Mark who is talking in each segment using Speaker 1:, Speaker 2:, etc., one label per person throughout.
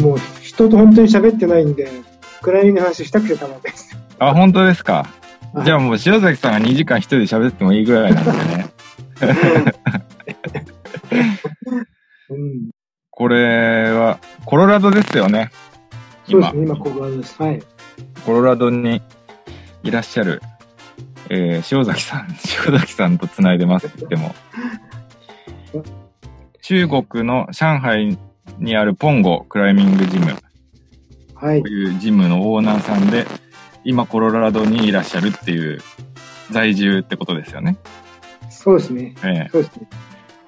Speaker 1: もう人と本当に喋ってないんで、暗闇の話したくてたまんないです。
Speaker 2: あ、本当ですか。
Speaker 1: はい
Speaker 2: じゃあもう塩崎さんが2時間一人で喋ってもいいぐらいなんです ね。
Speaker 1: うん。
Speaker 2: これは、コロラドですよね。
Speaker 1: そうで
Speaker 2: 今
Speaker 1: す、ね、今、ここです。はい。
Speaker 2: コロラドにいらっしゃる、えー塩崎さん、 塩崎さんと繋いでますって言って も。中国の上海にあるポンゴクライミングジム
Speaker 1: はい
Speaker 2: と。いうジムのオーナーさんで、今コロラドにいらっしゃるっていう在住ってことですよね。
Speaker 1: そうですね。
Speaker 2: え
Speaker 1: そうですね。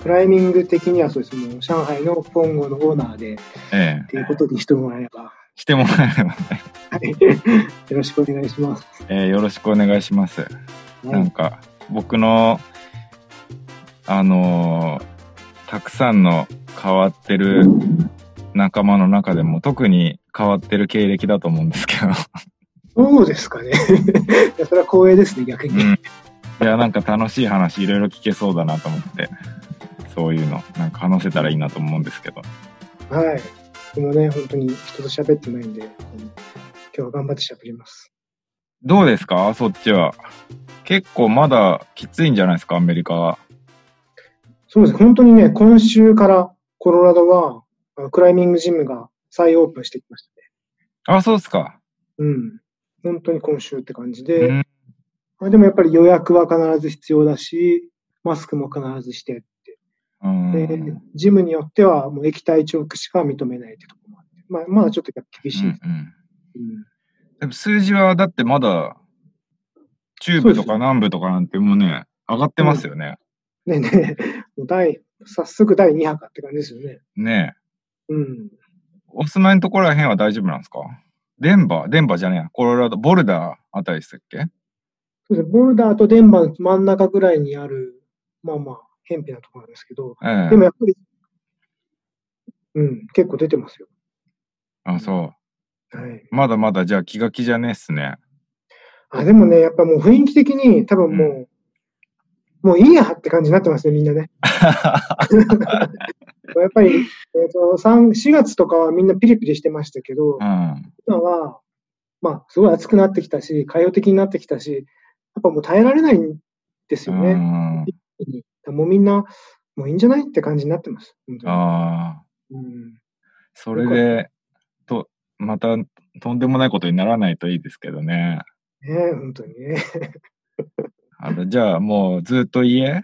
Speaker 1: クライミング的にはそうですね。もう上海のポンゴのオーナーで、
Speaker 2: ええ
Speaker 1: っていうことにしてもらえれば。は
Speaker 2: えしてもらえればね、
Speaker 1: い。よろしくお願いします。
Speaker 2: えーよろしくお願いします。
Speaker 1: は
Speaker 2: なん
Speaker 1: い。
Speaker 2: か、僕の、あのーたくさんの変わってる仲間の中でも特に変わってる経歴だと思うんですけど。
Speaker 1: そうですかね。いやそれは光栄ですね、逆
Speaker 2: うん。
Speaker 1: に。
Speaker 2: いや、なんか楽しい話いろいろ聞けそうだなと思って、そういうの、なんか話せたらいいなと思うんですけど。
Speaker 1: はい。このね、本当に人と喋ってないんで、うん今日は頑張って喋ります。
Speaker 2: どうですかそっちは。結構まだきついんじゃないですかアメリカは。
Speaker 1: そうです。本当にね、今週からコロラドは、あクライミングジムが再オープンしてきましたね。
Speaker 2: あ、そうっすか。
Speaker 1: うん。本当に今週って感じ
Speaker 2: う
Speaker 1: で、
Speaker 2: ん。
Speaker 1: あでもやっぱり予約は必ず必要だし、マスクも必ずしてって。
Speaker 2: うん
Speaker 1: で、ジムによってはもう液体チョークしか認めないってとこもあって、まあ、まだちょっとやっぱ厳しい。
Speaker 2: うんうん
Speaker 1: うん
Speaker 2: でも数字はだってまだ、中部とか南部とかなんてもうね、上がってますよね。
Speaker 1: ねえねえ、もう第、早速第2波かって感じですよね。
Speaker 2: ねえ。
Speaker 1: うん。
Speaker 2: お住まいのところら辺は大丈夫なんですかデンバーデンバーじゃねえや。コロラド、ボルダーあたりでしたっけ
Speaker 1: そうですね、ボルダーとデンバーの真ん中ぐらいにある、まあまあ、偏僻なところなんですけど、
Speaker 2: ええ
Speaker 1: でもやっぱり、うん、結構出てますよ。
Speaker 2: あ、そ
Speaker 1: はい。
Speaker 2: う。まだまだじゃあ気が気じゃねえっすね。
Speaker 1: あ、でもね、やっぱもう雰囲気的に多分もう、もういいやって感じになってますね、みんなね。やっぱり、えっ、と、3、4月とかはみんなピリピリしてましたけど、
Speaker 2: うん。
Speaker 1: 今は、まあ、すごい暑くなってきたし、開放的になってきたし、やっぱもう耐えられないんです
Speaker 2: う
Speaker 1: よね。
Speaker 2: ん。
Speaker 1: もうみんな、もういいんじゃないって感じになってます。本当に
Speaker 2: ああ。
Speaker 1: うん、
Speaker 2: それで、と、また、とんでもないことにならないといいですけどね。
Speaker 1: ねえ本当にね。
Speaker 2: あの、じゃあもうずっと家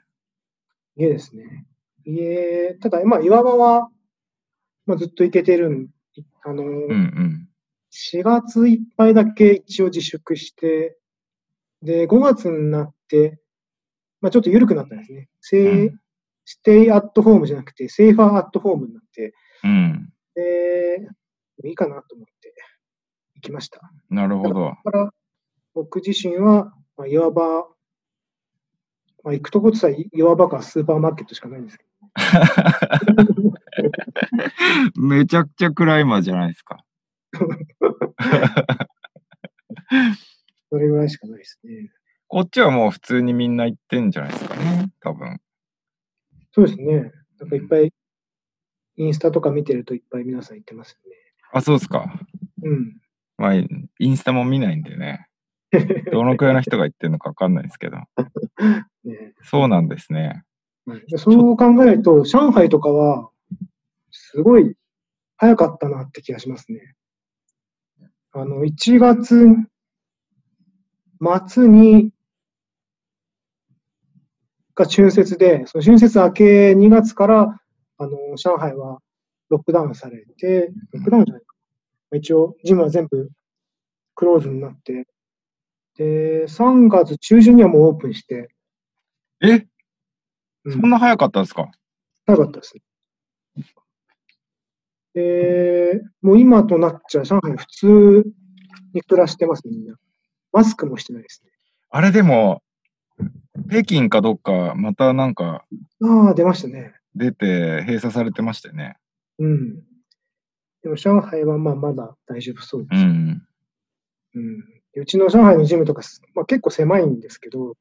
Speaker 1: 家ですね。家、ただ、まあ、岩場は、まあ、ずっと行けてるん、あの、
Speaker 2: うんうん。
Speaker 1: 4月いっぱいだけ一応自粛して、で、5月になって、まあ、ちょっと緩くなったんですね。せい
Speaker 2: うん
Speaker 1: ステイアットホームじゃなくて、セーファーアットホームになって、
Speaker 2: うん。
Speaker 1: で、いいかなと思って行きました。
Speaker 2: なるほど。
Speaker 1: だから、僕自身は、まあ、いわば、まあ、行くとこってさ、岩場かスーパーマーケットしかないんですけど、
Speaker 2: めちゃくちゃクライマーじゃないですか。
Speaker 1: それぐらいしかないですね。
Speaker 2: こっちはもう普通にみんな行ってんじゃないですかね、多分。
Speaker 1: そうですね。なんかいっぱい、インスタとか見てるといっぱい皆さん行ってますよ
Speaker 2: あ、そうですか。
Speaker 1: ね。うん。
Speaker 2: まあ、インスタも見ないんで ね。どのくらいの人が行ってるのかわかんないですけど。
Speaker 1: ね
Speaker 2: そうなんですね。
Speaker 1: そう考えると、上海とかは、すごい早かったなって気がしますね。あの、1月末に、が春節で、その春節明け2月から、あの、上海はロックダウンされて、ロックダウンじゃないか。一応、ジムは全部クローズになって、で、3月中旬にはもうオープンして、
Speaker 2: え、
Speaker 1: うん
Speaker 2: そんな早かったんですか
Speaker 1: なかったですね。で、もう今となっちゃ上海普通に暮らしてます、みんな。マスクもしてないですね。
Speaker 2: あれでも、北京かどっか、またなんか
Speaker 1: ああ、出ましたね。
Speaker 2: 出て閉鎖されてましたよね。
Speaker 1: うん。でも上海はまあまだ大丈夫そう
Speaker 2: う
Speaker 1: です。
Speaker 2: ん。
Speaker 1: うん。でうちの上海のジムとかす、まあ、結構狭いんですけど、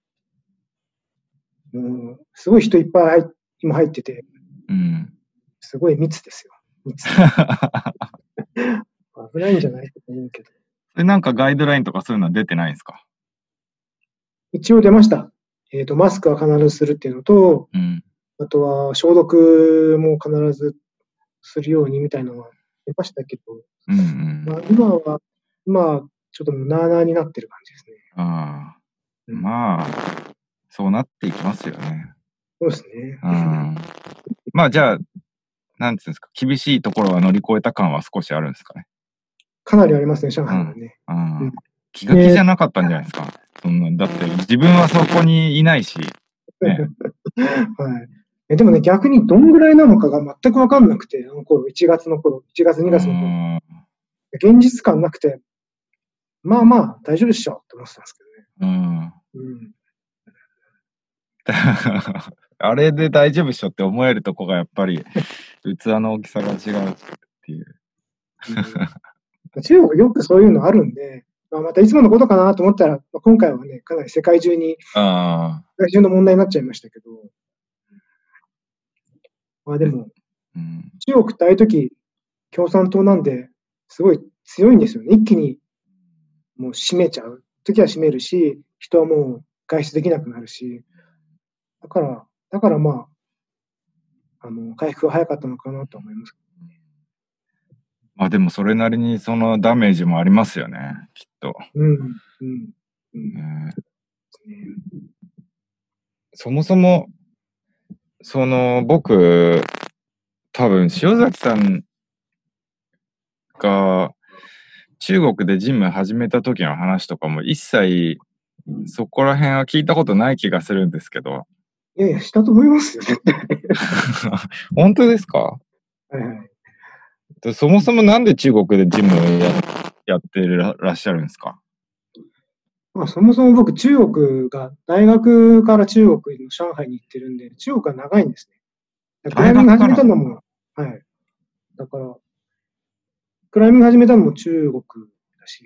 Speaker 1: うん、すごい人いっぱい入っ今入ってて、
Speaker 2: うん。
Speaker 1: すごい密ですよ。密。危ないんじゃないとか言うけど。
Speaker 2: それなんかガイドラインとかそういうのは出てないんですか
Speaker 1: 一応出ました。えっ、と、マスクは必ずするっていうのと、
Speaker 2: うん。
Speaker 1: あとは消毒も必ずするようにみたいなのは出ましたけど、
Speaker 2: うんうん。
Speaker 1: まあ、今は、まあ、ちょっともうなあなあになってる感じですね。
Speaker 2: ああ。
Speaker 1: うん
Speaker 2: まあ、そうなっていきますよね。
Speaker 1: そうですね。
Speaker 2: うん。まあじゃあ、なんていうんですか、厳しいところは乗り越えた感は少しあるんですかね。
Speaker 1: かなりありますね、上海はね。
Speaker 2: ああ
Speaker 1: うん
Speaker 2: 気が気じゃなかったんじゃないですか。そんな、だって自分はそこにいないし。ね
Speaker 1: はい。えでもね、逆にどんぐらいなのかが全くわかんなくて、あの頃、1月の頃、1月、2月の頃、
Speaker 2: うん
Speaker 1: 現実感なくて、まあまあ、大丈夫っしょって思ってたんですけ
Speaker 2: うん。
Speaker 1: どね。
Speaker 2: あれで大丈夫っしょって思えるとこがやっぱり器の大きさが違 うっていう。
Speaker 1: うん。中国よくそういうのあるんで、まあ、またいつものことかなと思ったら、まあ今回はね、かなり世界中に、
Speaker 2: ああ。
Speaker 1: 世界中の問題になっちゃいましたけど、まあでも、
Speaker 2: うん。
Speaker 1: 中国ってああいう時、共産党なんで、すごい強いんですよね。一気にもう閉めちゃう。時は閉めるし、人はもう外出できなくなるし。だから、だからまあ、あの、回復が早かったのかなと思います。
Speaker 2: まあでもそれなりにそのダメージもありますよね、きっと。
Speaker 1: うん、うん、うん。
Speaker 2: ねそもそも、その僕、多分塩崎さんが中国でジム始めた時の話とかも一切そこら辺は聞いたことない気がするんですけど。
Speaker 1: いやいや、したと思いますよ。
Speaker 2: 本当ですか
Speaker 1: はいはい。
Speaker 2: でそもそもなんで中国でジムをややってららっしゃるんですか
Speaker 1: まあ、そもそも僕、中国が、大学から中国の上海に行ってるんで、中国は長いんですね。クライミング
Speaker 2: 大学か
Speaker 1: 始
Speaker 2: ら
Speaker 1: めたのも、はい。だから、クライミング始めたのも中国だし、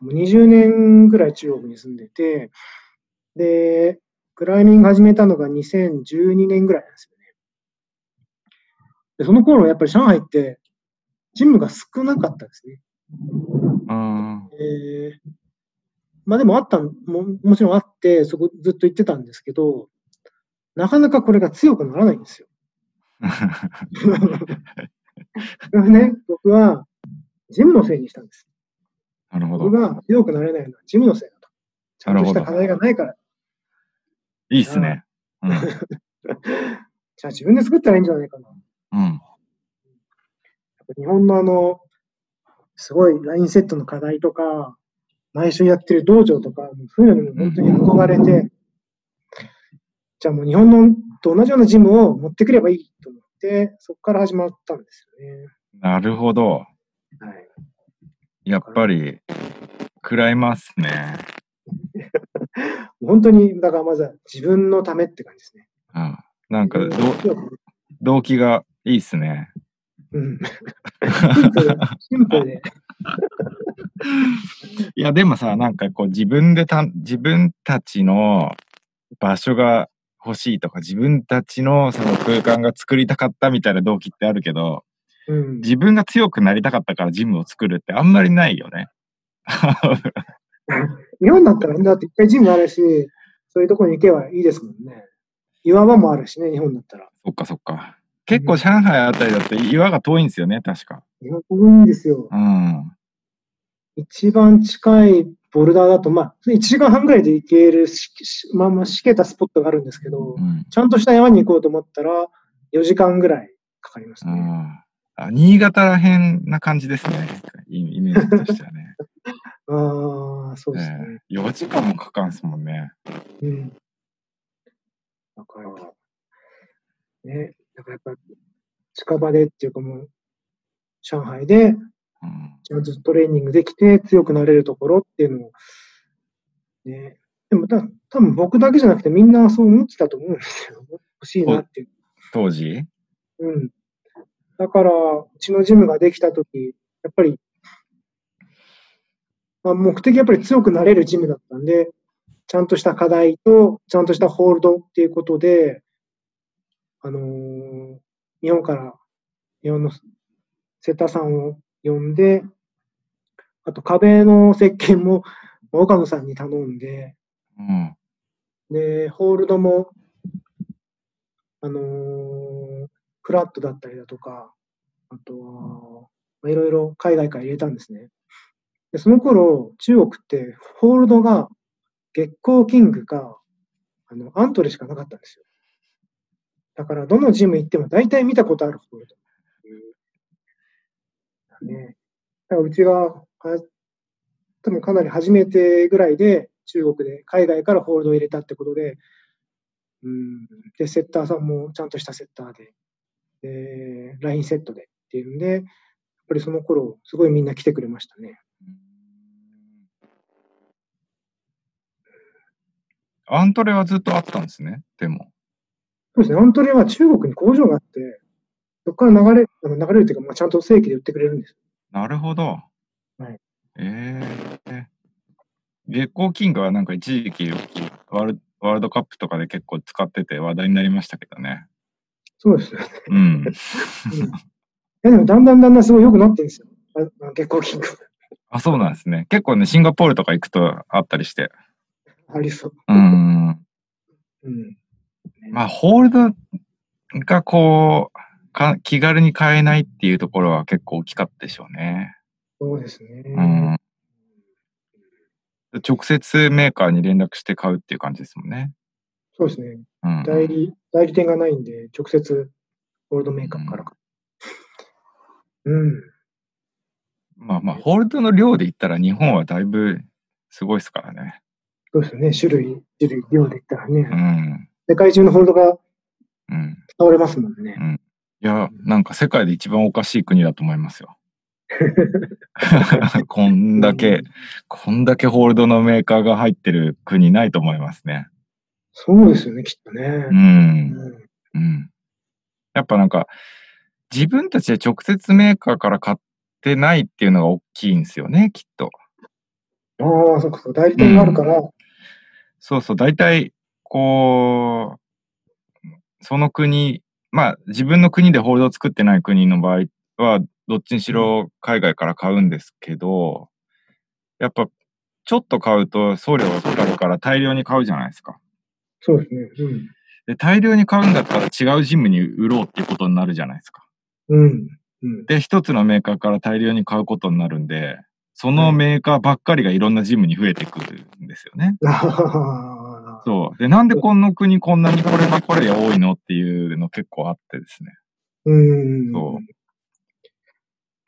Speaker 1: もう20年ぐらい中国に住んでて、で、クライミング始めたのが2012年ぐらいなんですよね。で、その頃、やっぱり上海って、ジムが少なかったですね。
Speaker 2: うん。
Speaker 1: えーまあでもあったんも、もちろんあって、そこずっと行ってたんですけど、なかなかこれが強くならないんですよ。これはね、僕は、ジムのせいにしたんです。
Speaker 2: なるほ
Speaker 1: 僕
Speaker 2: ど。
Speaker 1: が強くなれないのはジムのせいだと。ちゃんとした課題がないから。
Speaker 2: いいっすね。うん。
Speaker 1: じゃあ自分で作ったらいいんじゃないかな。やっ
Speaker 2: うん。
Speaker 1: ぱ日本のあの、すごいラインセットの課題とか、毎週やってる道場とか、そういうのにも本当に憧れて、じゃあもう日本のと同じようなジムを持ってくればいいと思って、そこから始まったんですよね。
Speaker 2: なるほど。
Speaker 1: はい。
Speaker 2: やっぱり、食らいますね。
Speaker 1: 本当に、だからまずは自分のためって感じですね。
Speaker 2: うん。なんかど、
Speaker 1: う
Speaker 2: 動機がいいっすね。
Speaker 1: ん。シンプルで、シンプルで。
Speaker 2: いや、でもさ、なんかこう、自分でた、自分たちの場所が欲しいとか、自分たちのその空間が作りたかったみたいな動機ってあるけど、
Speaker 1: うん。
Speaker 2: 自分が強くなりたかったからジムを作るってあんまりないよね。
Speaker 1: 日本だったらね、だって一回ジムあるし、そういうところに行けばいいですもんね。岩場もあるしね、日本だったら。
Speaker 2: そっかそっか。結構上海あたりだと岩が遠いんですよね、確か。
Speaker 1: 日本多いんですよ。
Speaker 2: うん。
Speaker 1: 一番近いボルダーだと、まあ、1時間半ぐらいで行けるし、しまあまあ、しけたスポットがあるんですけど
Speaker 2: う、ん。
Speaker 1: ちゃんとした山に行こうと思ったら、4時間ぐらいかかりますね。
Speaker 2: あーあ新潟らへんな感じですね。イイメージとして はね。
Speaker 1: ああ、そうですね。
Speaker 2: え4時間もかかんすもんね。
Speaker 1: うん。だから、ね、だからやっぱり近場でっていうかもう、上海で
Speaker 2: うん、
Speaker 1: ちゃんとトレーニングできて強くなれるところっていうのを、ね、でもた多分僕だけじゃなくてみんなそう思ってたと思うんですよ。欲しいなっていう。
Speaker 2: 当時
Speaker 1: うん。だから、うちのジムができたとき、やっぱり、まあ、目的はやっぱり強くなれるジムだったんで、ちゃんとした課題と、ちゃんとしたホールドっていうことで、あのー日本から、日本のセッターさんを呼んで、あと壁の石鹸も岡野さんに頼んで、
Speaker 2: うん。
Speaker 1: で、ホールドも、あのーフラットだったりだとか、あとは、まあいろいろ海外から入れたんですね。で、その頃、中国って、ホールドが月光キングか、あの、アントレしかなかったんですよ。だから、どのジム行っても大体見たことあるホールド。ね。だから、うちが、は多分かなり初めてぐらいで、中国で海外からホールドを入れたってことで、うん。で、セッターさんもちゃんとしたセッターで、で、ラインセットでっていうんで、やっぱりその頃、すごいみんな来てくれましたね。
Speaker 2: アントレはずっとあったんですね、でも。
Speaker 1: そうですね、アントレは中国に工場があって、そこから流れあの流れるというか、まあ、ちゃんと正規で売ってくれるんです。
Speaker 2: なるほど。
Speaker 1: はい
Speaker 2: ええ月光キングはなんか一時期よくワールワールドカップとかで結構使ってて話題になりましたけどね。
Speaker 1: そうですよね。
Speaker 2: うん。
Speaker 1: うんいやでも、だんだんだんだんすごい良くなってるんですよ。ああの月光金庫
Speaker 2: あ、そうなんですね。結構ね、シンガポールとか行くとあったりして。
Speaker 1: ありそう。
Speaker 2: うん。
Speaker 1: うん。
Speaker 2: まあ、ホールドがこう、か気軽に買えないっていうところは結構大きかったでしょうね。
Speaker 1: そうですね。
Speaker 2: うん。直接メーカーに連絡して買うっていう感じですもんね。
Speaker 1: そうですね。
Speaker 2: うん。
Speaker 1: 代理、代理店がないんで、直接、ゴールドメーカーから買う。うん。
Speaker 2: まあまあ、ホールドの量で言ったら日本はだいぶすごいですからね。
Speaker 1: そうですよね。種類、種類、量で言ったらね、
Speaker 2: うん。
Speaker 1: 世界中のホールドが
Speaker 2: うん。
Speaker 1: 倒れますもん ね。
Speaker 2: いや、なんか世界で一番おかしい国だと思いますよ。 こんだけ、こんだけホールドのメーカーが入ってる国ないと思いますね。
Speaker 1: そうですよね、きっとね
Speaker 2: う。。
Speaker 1: うんん。
Speaker 2: うん。やっぱなんか、自分たちで直接メーカーから買ってないっていうのが大きいんですよね、きっと。
Speaker 1: ああ、そっかそっか。代理店があるから、
Speaker 2: そうそう、大体、こう、その国、まあ自分の国でホールドを作ってない国の場合は、どっちにしろ海外から買うんですけど、やっぱちょっと買うと送料がかかるから大量に買うじゃないですか。
Speaker 1: そうですね。うん。
Speaker 2: で、大量に買うんだったら違うジムに売ろうっていうことになるじゃないですか。
Speaker 1: うん。うん。
Speaker 2: で、一つのメーカーから大量に買うことになるんで、そのメーカーばっかりがいろんなジムに増えてくるんですよね。
Speaker 1: ああ、
Speaker 2: そう。で、なんでこの国こんなにこれがこれが多いのっていうの結構あってですね。
Speaker 1: うん。
Speaker 2: そ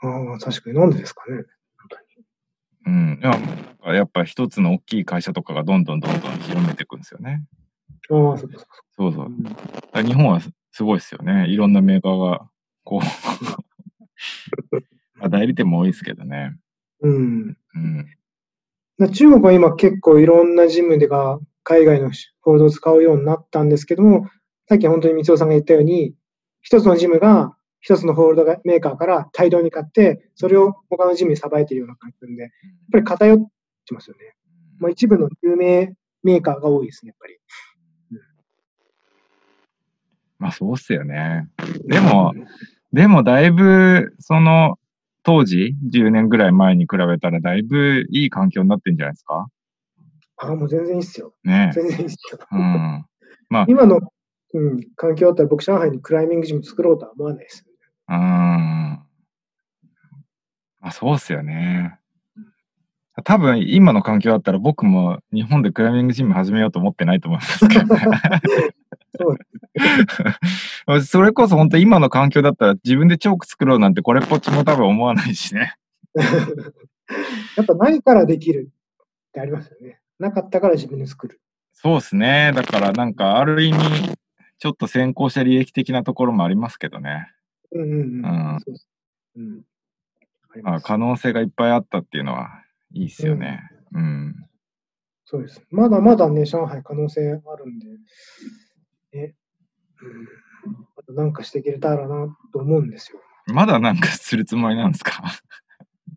Speaker 1: ああ、確かに。なんでですかね。
Speaker 2: うん。いやなんかやっぱ一つの大きい会社とかがどんどんどんどん広めていくんですよね。
Speaker 1: ああ、そっかそっか。
Speaker 2: そうそうう。
Speaker 1: ん
Speaker 2: だから日本はすすごいですよね。いろんなメーカーが、こう まあ。代理店も多いですけどね。
Speaker 1: うん。
Speaker 2: うん。
Speaker 1: だ中国は今結構いろんなジムでが海外のホールドを使うようになったんですけども、さっき本当に光雄さんが言ったように、一つのジムが一つのホールドがメーカーから大量に買って、それを他のジムにさばいているような感じなんで、やっぱり偏ってますよね。まあ、一部の有名メーカーが多いですね、やっぱり。
Speaker 2: まあそうっすよね。でも、でもだいぶ、その、当時、10年ぐらい前に比べたら、だいぶいい環境になってんじゃないですか
Speaker 1: ああ、もう全然いいっすよ。
Speaker 2: ねえ。
Speaker 1: 全然いいっすよ。
Speaker 2: うん。
Speaker 1: 今の、うん、環境だったら僕、上海にクライミングジム作ろうとは思わないです。
Speaker 2: うーん。あ、そうっすよね。多分今の環境だったら僕も日本でクライミングジム始めようと思ってないと思いますけどね
Speaker 1: そう
Speaker 2: まあそれこそ本当今の環境だったら自分でチョーク作ろうなんてこれっぽっちも多分思わないしね。
Speaker 1: やっぱないからできるってありますよね。なかったから自分で作る。
Speaker 2: そうっすね。だからなんかある意味ちょっと先行した利益的なところもありますけどね。
Speaker 1: うんうんうん。
Speaker 2: うん
Speaker 1: そうそううん。あり
Speaker 2: ま
Speaker 1: ま
Speaker 2: あ
Speaker 1: す
Speaker 2: 可能性がいっぱいあったっていうのはいいっすよね。うん。
Speaker 1: そうです。まだまだね、上海可能性あるんで、ね。うん。あとなんかしていけたらなと思うんですよ。
Speaker 2: まだなんかするつもりなんですか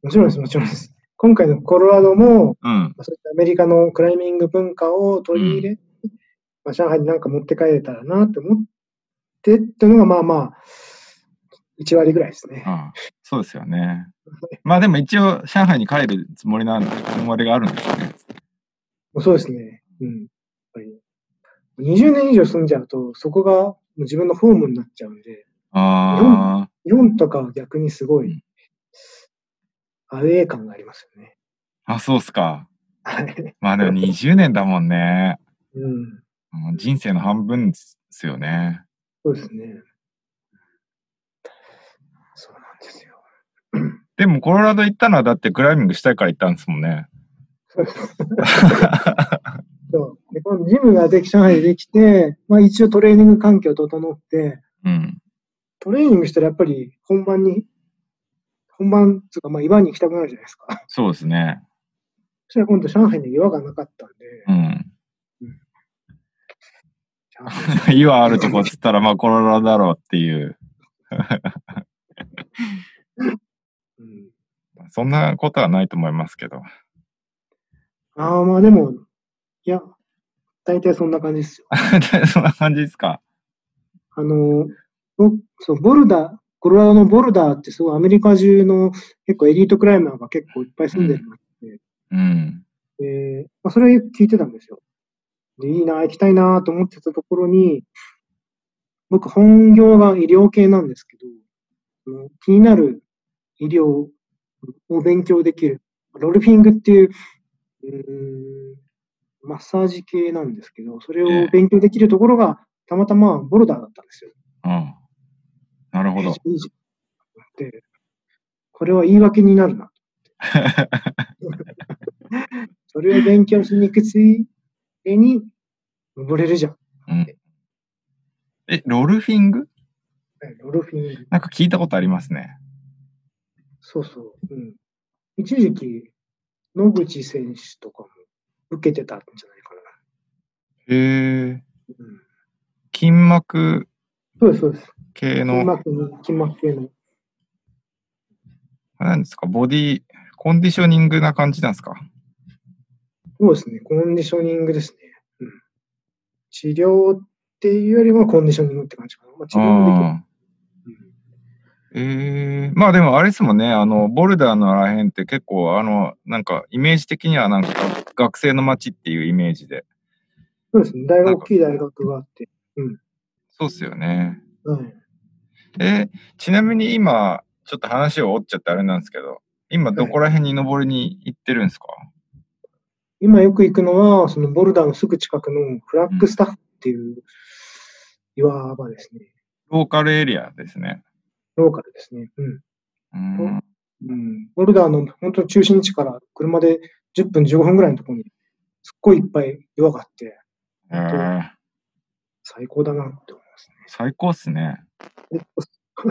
Speaker 1: もちろんです、もちろんです。今回のコロラドも、
Speaker 2: うん。
Speaker 1: まあそういったアメリカのクライミング文化を取り入れ、まあ、上海になんか持って帰れたらなって思ってっていうのが、まあまあ、1割ぐらいですね。
Speaker 2: ああそうですよね。まあでも一応、上海に帰るつもりなんで、つもりがあるんですよね。
Speaker 1: もうそうですね。うん。やっぱり20年以上住んじゃうと、そこがもう自分のホームになっちゃうんで、
Speaker 2: ああ、
Speaker 1: 日本とかは逆にすご
Speaker 2: う
Speaker 1: い
Speaker 2: ん、
Speaker 1: アウェー感がありますよね。
Speaker 2: あ、そうっすか。
Speaker 1: はい。
Speaker 2: まあでも20年だもんね。
Speaker 1: うん。
Speaker 2: うん人生の半分ですよね。
Speaker 1: そうですね。そうなんですよ。
Speaker 2: でも、コロラド行ったのは、だってクライミングしたいから行ったんですもんね。
Speaker 1: そう。で、このジムができ、上海でできて、まあ一応トレーニング環境整って、
Speaker 2: うん。
Speaker 1: トレーニングしたらやっぱり本番に、本番つうか、まあ岩に行きたくなるじゃないですか。
Speaker 2: そうですね。
Speaker 1: そしたら今度上海に岩がなかったん で、
Speaker 2: うん。
Speaker 1: 上海
Speaker 2: 岩あるとこっつったら、まあ、コロラドだろうっていう。
Speaker 1: うん、
Speaker 2: そんなことはないと思いますけど。
Speaker 1: ああ、まあでも、いや、大体そんな感じですよ。
Speaker 2: そんな感じですか。
Speaker 1: あの、ぼそう、ボルダー、コロラドのボルダーってすごいアメリカ中の結構エリートクライマーが結構いっぱい住んでるの
Speaker 2: うん。
Speaker 1: で、まあ、それ聞いてたんですよ。で、いいな、行きたいなと思ってたところに、僕本業が医療系なんですけど、その気になる医療を勉強できる、ロルフィングっていう、うーん、マッサージ系なんですけど、それ
Speaker 2: ええ
Speaker 1: を勉強できるところが、たまたまボルダーだったんですよ。
Speaker 2: うん。なるほど。
Speaker 1: いいじゃんで、これは言い訳にな るな。それを勉強しに行くついでに、登れるじゃん。
Speaker 2: うん、え、ロルフィング
Speaker 1: ロルフィング。
Speaker 2: なんか聞いたことありますね。
Speaker 1: そうそう。うん。一時期、野口選手とかも受けてたんじゃないか
Speaker 2: へえ。
Speaker 1: な。うん、
Speaker 2: 筋膜
Speaker 1: そうです、そうです。
Speaker 2: 系
Speaker 1: 筋
Speaker 2: の、
Speaker 1: 膜の、筋膜系の。
Speaker 2: 何ですか、ボディ、コンディショニングな感じなんですか。
Speaker 1: そうですね。コンディショニングですね。うん、治療っていうよりもコンディショニングって感じかな。まあ、治療も
Speaker 2: あ
Speaker 1: できる。
Speaker 2: ーええまあでもあれですもんね、あの、ボルダーのあらへんって結構、あの、なんか、イメージ的にはなんか、学生の街っていうイメージで。
Speaker 1: うん、そうですね。大
Speaker 2: な
Speaker 1: 学、
Speaker 2: ん
Speaker 1: 大
Speaker 2: か
Speaker 1: きい大学があって。
Speaker 2: そうっすよね。
Speaker 1: はい。
Speaker 2: え、ちなみに今、ちょっと話を折っちゃってあれなんですけど、今どこら辺に登りに行ってるんですか、
Speaker 1: 今よく行くのは、そのボルダーのすぐ近くのフラッグスタッフっていう、いわばですね、
Speaker 2: ローカルエリアですね。
Speaker 1: ローカルですね。うん。
Speaker 2: うん。
Speaker 1: うんボルダーの本当中心地から車で10分15分ぐらいのところにすっごいいっぱい岩があって
Speaker 2: えー
Speaker 1: 最高だなって思います
Speaker 2: 最高っすね。
Speaker 1: ね。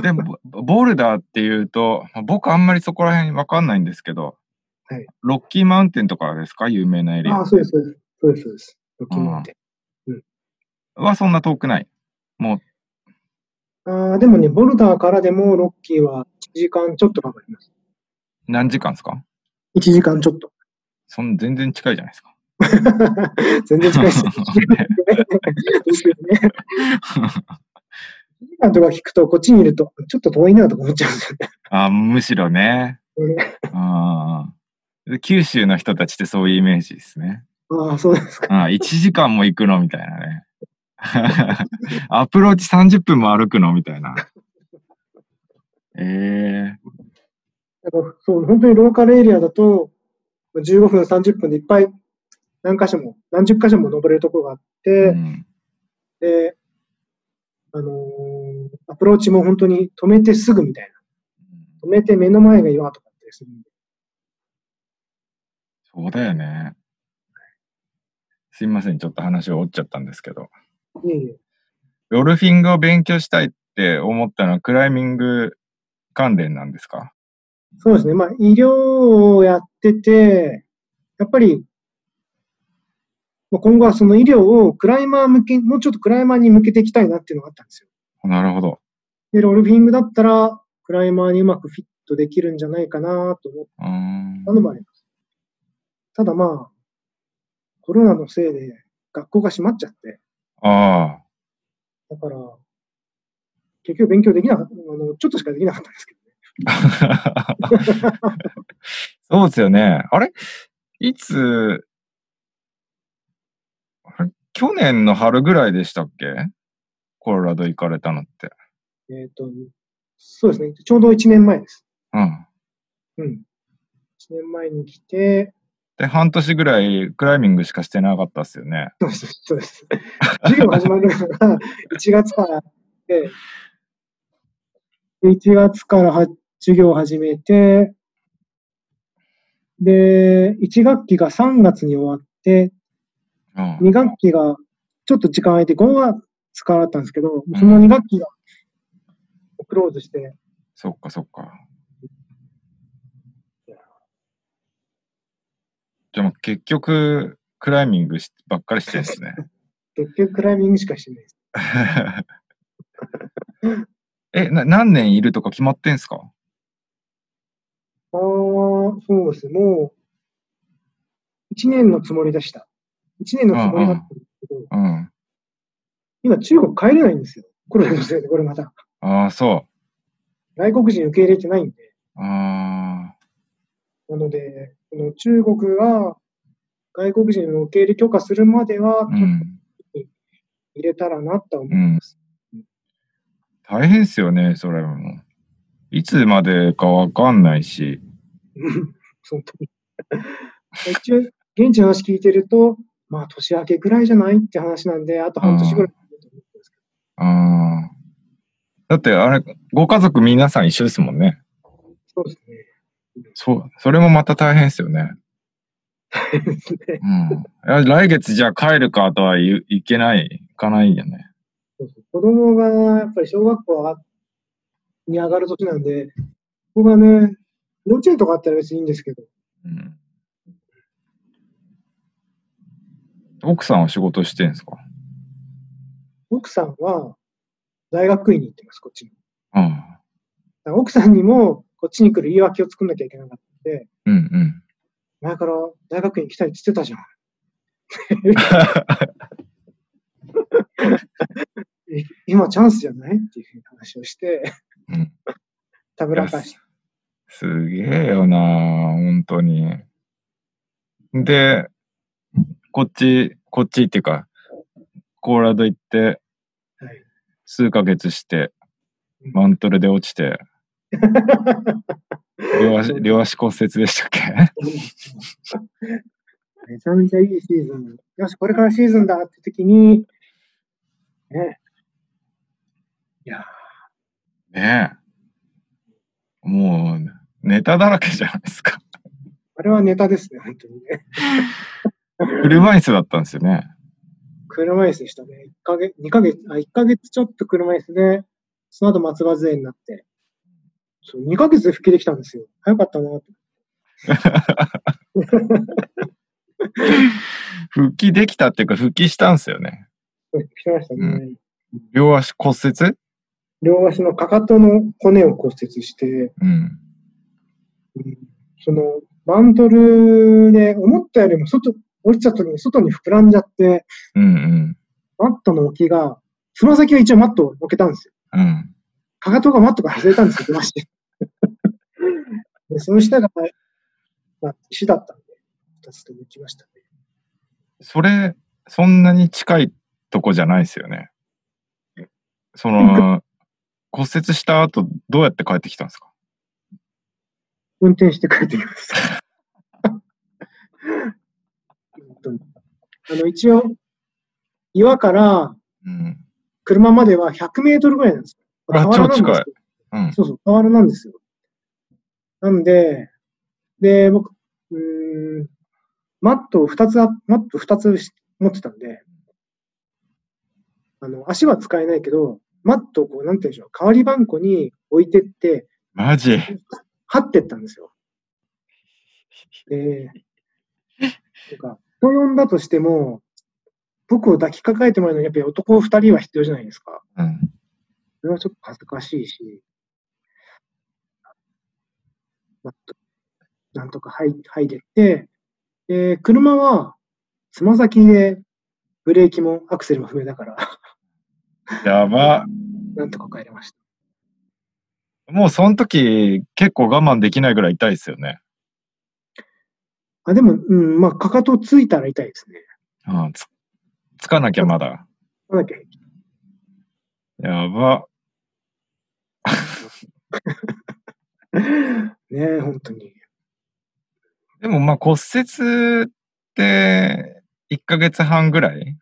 Speaker 2: でも、ボボルダーっていうと、まあ僕あんまりそこら辺わかんないんですけど、
Speaker 1: はい
Speaker 2: ロッキーマウンテンとかですか有名なエ リ
Speaker 1: ああ、
Speaker 2: ア
Speaker 1: そうです、そうです。そうです、そうです。ロッキーマウンテ
Speaker 2: はそんな遠くない。もう、
Speaker 1: ンああ、でもね、ボルダーからでもロッキーは1時間ちょっとかかります。
Speaker 2: 何時間ですか
Speaker 1: 1時間ちょっと。
Speaker 2: そん全然近いじゃないですか。
Speaker 1: 全然近いですね。ですよね。1時間とか聞くと、こっちにいると、ちょっと遠いなとか思っちゃうんですよね。
Speaker 2: あむしろね。あー九州の人たちってそういうイメージですね。
Speaker 1: ああ、そうですか。
Speaker 2: あ1時間も行くのみたいなね。 アプローチ30分も歩くのみたいな。 ええ
Speaker 1: あのそう、本当にローカルエリアだと、15分、30分でいっぱい、何箇所も、何十箇所も登れるところがあって、
Speaker 2: うん
Speaker 1: で、あのーアプローチも本当に止めてすぐみたいな。止めて目の前が岩とかってするんで。
Speaker 2: そうだよね。すいません、ちょっと話を折っちゃったんですけど。
Speaker 1: いえいえ。
Speaker 2: ロルフィングを勉強したいって思ったのはクライミング関連なんですか
Speaker 1: そうですね。まあ、医療をやってて、やっぱり、まあ今後はその医療をクライマー向け、もうちょっとクライマーに向けていきたいなっていうのがあったんですよ。
Speaker 2: なるほど。
Speaker 1: で、ロルフィングだったら、クライマーにうまくフィットできるんじゃないかなと思っ
Speaker 2: うーん
Speaker 1: たのもあります。ただまあ、コロナのせいで学校が閉まっちゃって、
Speaker 2: あ あ、
Speaker 1: だから、結局勉強できなかった、あの、ちょっとしかできなかったんですけどね。
Speaker 2: そうですよね。あれいつ、あれ去年の春ぐらいでしたっけコロラド行かれたのって。
Speaker 1: えっ、と、そうですね。ちょうど1年前です。
Speaker 2: うん。
Speaker 1: うん。1年前に来て、
Speaker 2: で、半年ぐらいクライミングしかしてなかったっすよね。
Speaker 1: そうです。そう です。授業始まるのが1月からで、で1月からは授業を始めて、で、1学期が3月に終わって、
Speaker 2: うん。
Speaker 1: 2学期がちょっと時間空いて、5月からだったんですけど、その2学期がクローズして、
Speaker 2: そっかそっか。じゃあもう結局、クライミングしばっかりしてるんですね。
Speaker 1: 結局クライミングしかしてないです。
Speaker 2: え、な、何年いるとか決まってんすか
Speaker 1: ああ、そうです。もう、1年のつもりでした。1年のつもりだったんですけど、
Speaker 2: うん。
Speaker 1: 今中国帰れないんですよ。コロナのせいで、これまた。
Speaker 2: ああ、そ
Speaker 1: 外国人受け入れてないんで。
Speaker 2: う。あ
Speaker 1: なので、この中国が外国人を受け入れ許可するまでは
Speaker 2: あ、うん。
Speaker 1: 入れたらなとは思
Speaker 2: う
Speaker 1: い
Speaker 2: ん
Speaker 1: ます。
Speaker 2: 大変っすよね、それも。いつまでかわかんないし。
Speaker 1: 本当に。一応、現地の話聞いてると、まあ、年明けぐらいじゃないって話なんで、あと半年ぐらいだと思うんですけ
Speaker 2: ああ。だって、あれ、ご家族皆さん一緒ですもんね。
Speaker 1: ど、そうですね。
Speaker 2: そう。それもまた大変っすよね。うんいや来月じゃあ帰るかとは言ういけない、行かないよね。
Speaker 1: そうそう子供がやっぱり小学校に上がる年なんで、ここがね、幼稚園とかあったら別にいいんですけど、
Speaker 2: うん、奥さんは仕事してんすか
Speaker 1: 奥さんは大学院に行ってます、こっちに。
Speaker 2: うん。
Speaker 1: だから奥さんにもこっちに来る言い訳を作んなきゃいけなかったんで、
Speaker 2: うんうん。
Speaker 1: 前から大学院行きたいって言ってた じゃん。い今チャンスじゃないっていうふうに話をして、
Speaker 2: うん
Speaker 1: たぶらかし
Speaker 2: いやすすげえよな本当に。で、こっち、こっちっていうか、コーラド行って
Speaker 1: はい、
Speaker 2: 数ヶ月して、
Speaker 1: うん
Speaker 2: マントルで落ちて、両足、両足骨折でしたっけ
Speaker 1: めちゃめちゃいいシーズン。よし、これからシーズンだって時に、ね。いやー
Speaker 2: ねえ。もう、ネタだらけじゃないですか。
Speaker 1: あれはネタですね、本当にね。
Speaker 2: 車椅子だったんですよね。
Speaker 1: 車椅子でしたね。一ヶ月、二ヶ月、あ、一ヶ月ちょっと車椅子で、その後松葉杖になって、そう、二ヶ月で復帰できたんですよ。早かったなって。
Speaker 2: 復帰できたっていうか、復帰したんですよね。
Speaker 1: 復帰しましたね。
Speaker 2: う両足骨折
Speaker 1: 両足のかかとの骨を骨折して、
Speaker 2: うん。
Speaker 1: うんその、バンドルで思ったよりも外、降りちゃった時に外に膨らんじゃって、
Speaker 2: うんうん。
Speaker 1: マットの置きが、つま先は一応マットを置けたんですよ
Speaker 2: うん。
Speaker 1: かかとがマットから外れたんですよ、マジで。 でその下が、まあ、石だったんで、二つとも行きましたね。
Speaker 2: それ、そんなに近いとこじゃないですよね。その、骨折した後、どうやって帰ってきたんですか
Speaker 1: 運転して帰ってきま した。本当にあの、一応、岩から
Speaker 2: うん。
Speaker 1: 車までは100メートルぐらいなんですよ。
Speaker 2: あ
Speaker 1: 河原なんです
Speaker 2: 超近い
Speaker 1: よ
Speaker 2: うん。
Speaker 1: そうそう、河原なんですよ。なんで、で、僕、うーん、マットを2つあ、マット2つし持ってたんで、あの、足は使えないけど、マットをこう、なんて言うんでしょう、代わりバンコに置いてって、
Speaker 2: マジ。
Speaker 1: 張ってったんですよ。で、なんか、人呼んだとしても、僕を抱きかかえてもらうのに、やっぱり男2人は必要じゃないですか。
Speaker 2: うん。
Speaker 1: それはちょっと恥ずかしいし、なんとなんとかはい入れて、で、車はつま先でブレーキもアクセルも踏めだから、
Speaker 2: やば。
Speaker 1: なんとか帰れました。
Speaker 2: もうその時、結構我慢できないぐらい痛いですよね。
Speaker 1: あ、でも、うん、まあ、かかとついたら痛いですね。
Speaker 2: うん、つつかなきゃまだ。
Speaker 1: なんだっけ
Speaker 2: やば。
Speaker 1: ねえ、本当に。
Speaker 2: でもまあ骨折って1ヶ月半ぐらい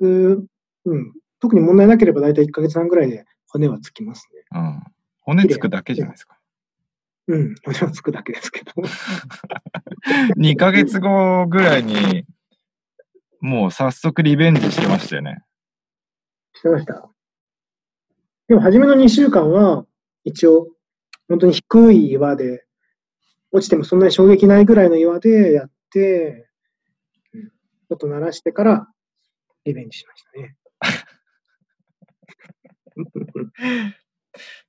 Speaker 1: うん、うん。特に問題なければ大体1ヶ月半ぐらいで骨はつきますね。
Speaker 2: うん。骨つくだけじゃないですか。
Speaker 1: うん、骨はつくだけですけど。
Speaker 2: 2ヶ月後ぐらいに、もう早速リベンジしてましたよね。
Speaker 1: してました。でも、初めの2週間は、一応、本当に低い岩で、落ちてもそんなに衝撃ないぐらいの岩でやって、うんちょっと慣らしてから、リベンジしましたね。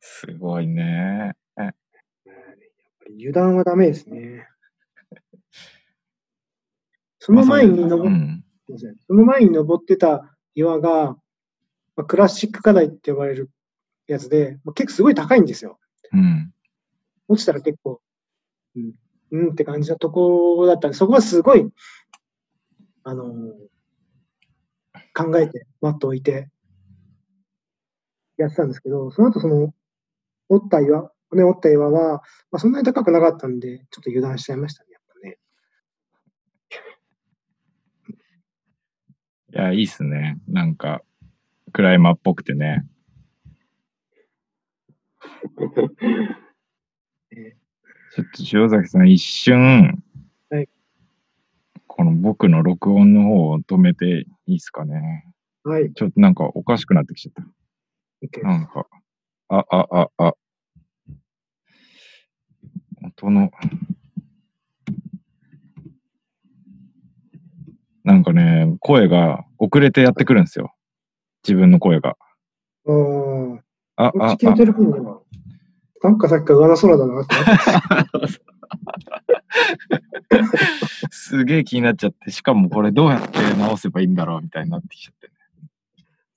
Speaker 2: すごいね。
Speaker 1: うんやっぱり油断はダメですね。その前に
Speaker 2: う
Speaker 1: 登っ
Speaker 2: ん。
Speaker 1: そうですねその前に登ってた岩が、まあ、クラシック課題って呼ばれるやつで、まあ、結構すごい高いんですよ。
Speaker 2: うん。
Speaker 1: 落ちたら結構、うん、うんって感じのとこだったんで、そこはすごい、あのー考えて、マットを置いて、やってたんですけど、その後その、折った岩、骨折った岩は、まあ、そんなに高くなかったんで、ちょっと油断しちゃいましたね、やっぱね。
Speaker 2: いや、いいっすね。なんか、クライマーっぽくて ね。ちょっと塩崎さん、一瞬、
Speaker 1: はい
Speaker 2: この僕の録音の方を止めていいですかね。
Speaker 1: はい、
Speaker 2: ちょっとなんかおかしくなってきちゃった。
Speaker 1: OK
Speaker 2: なんか、あ、あ、あ、あ。音の、なんかね、声が遅れてやってくるんですよ。自分の声が。
Speaker 1: おー
Speaker 2: あ、
Speaker 1: こ
Speaker 2: あ
Speaker 1: っち、聞い
Speaker 2: あ
Speaker 1: てる分には、なんかさっきから上の空だなって。
Speaker 2: すげえ気になっちゃって、しかもこれどうやって直せばいいんだろうみたいになってきちゃって。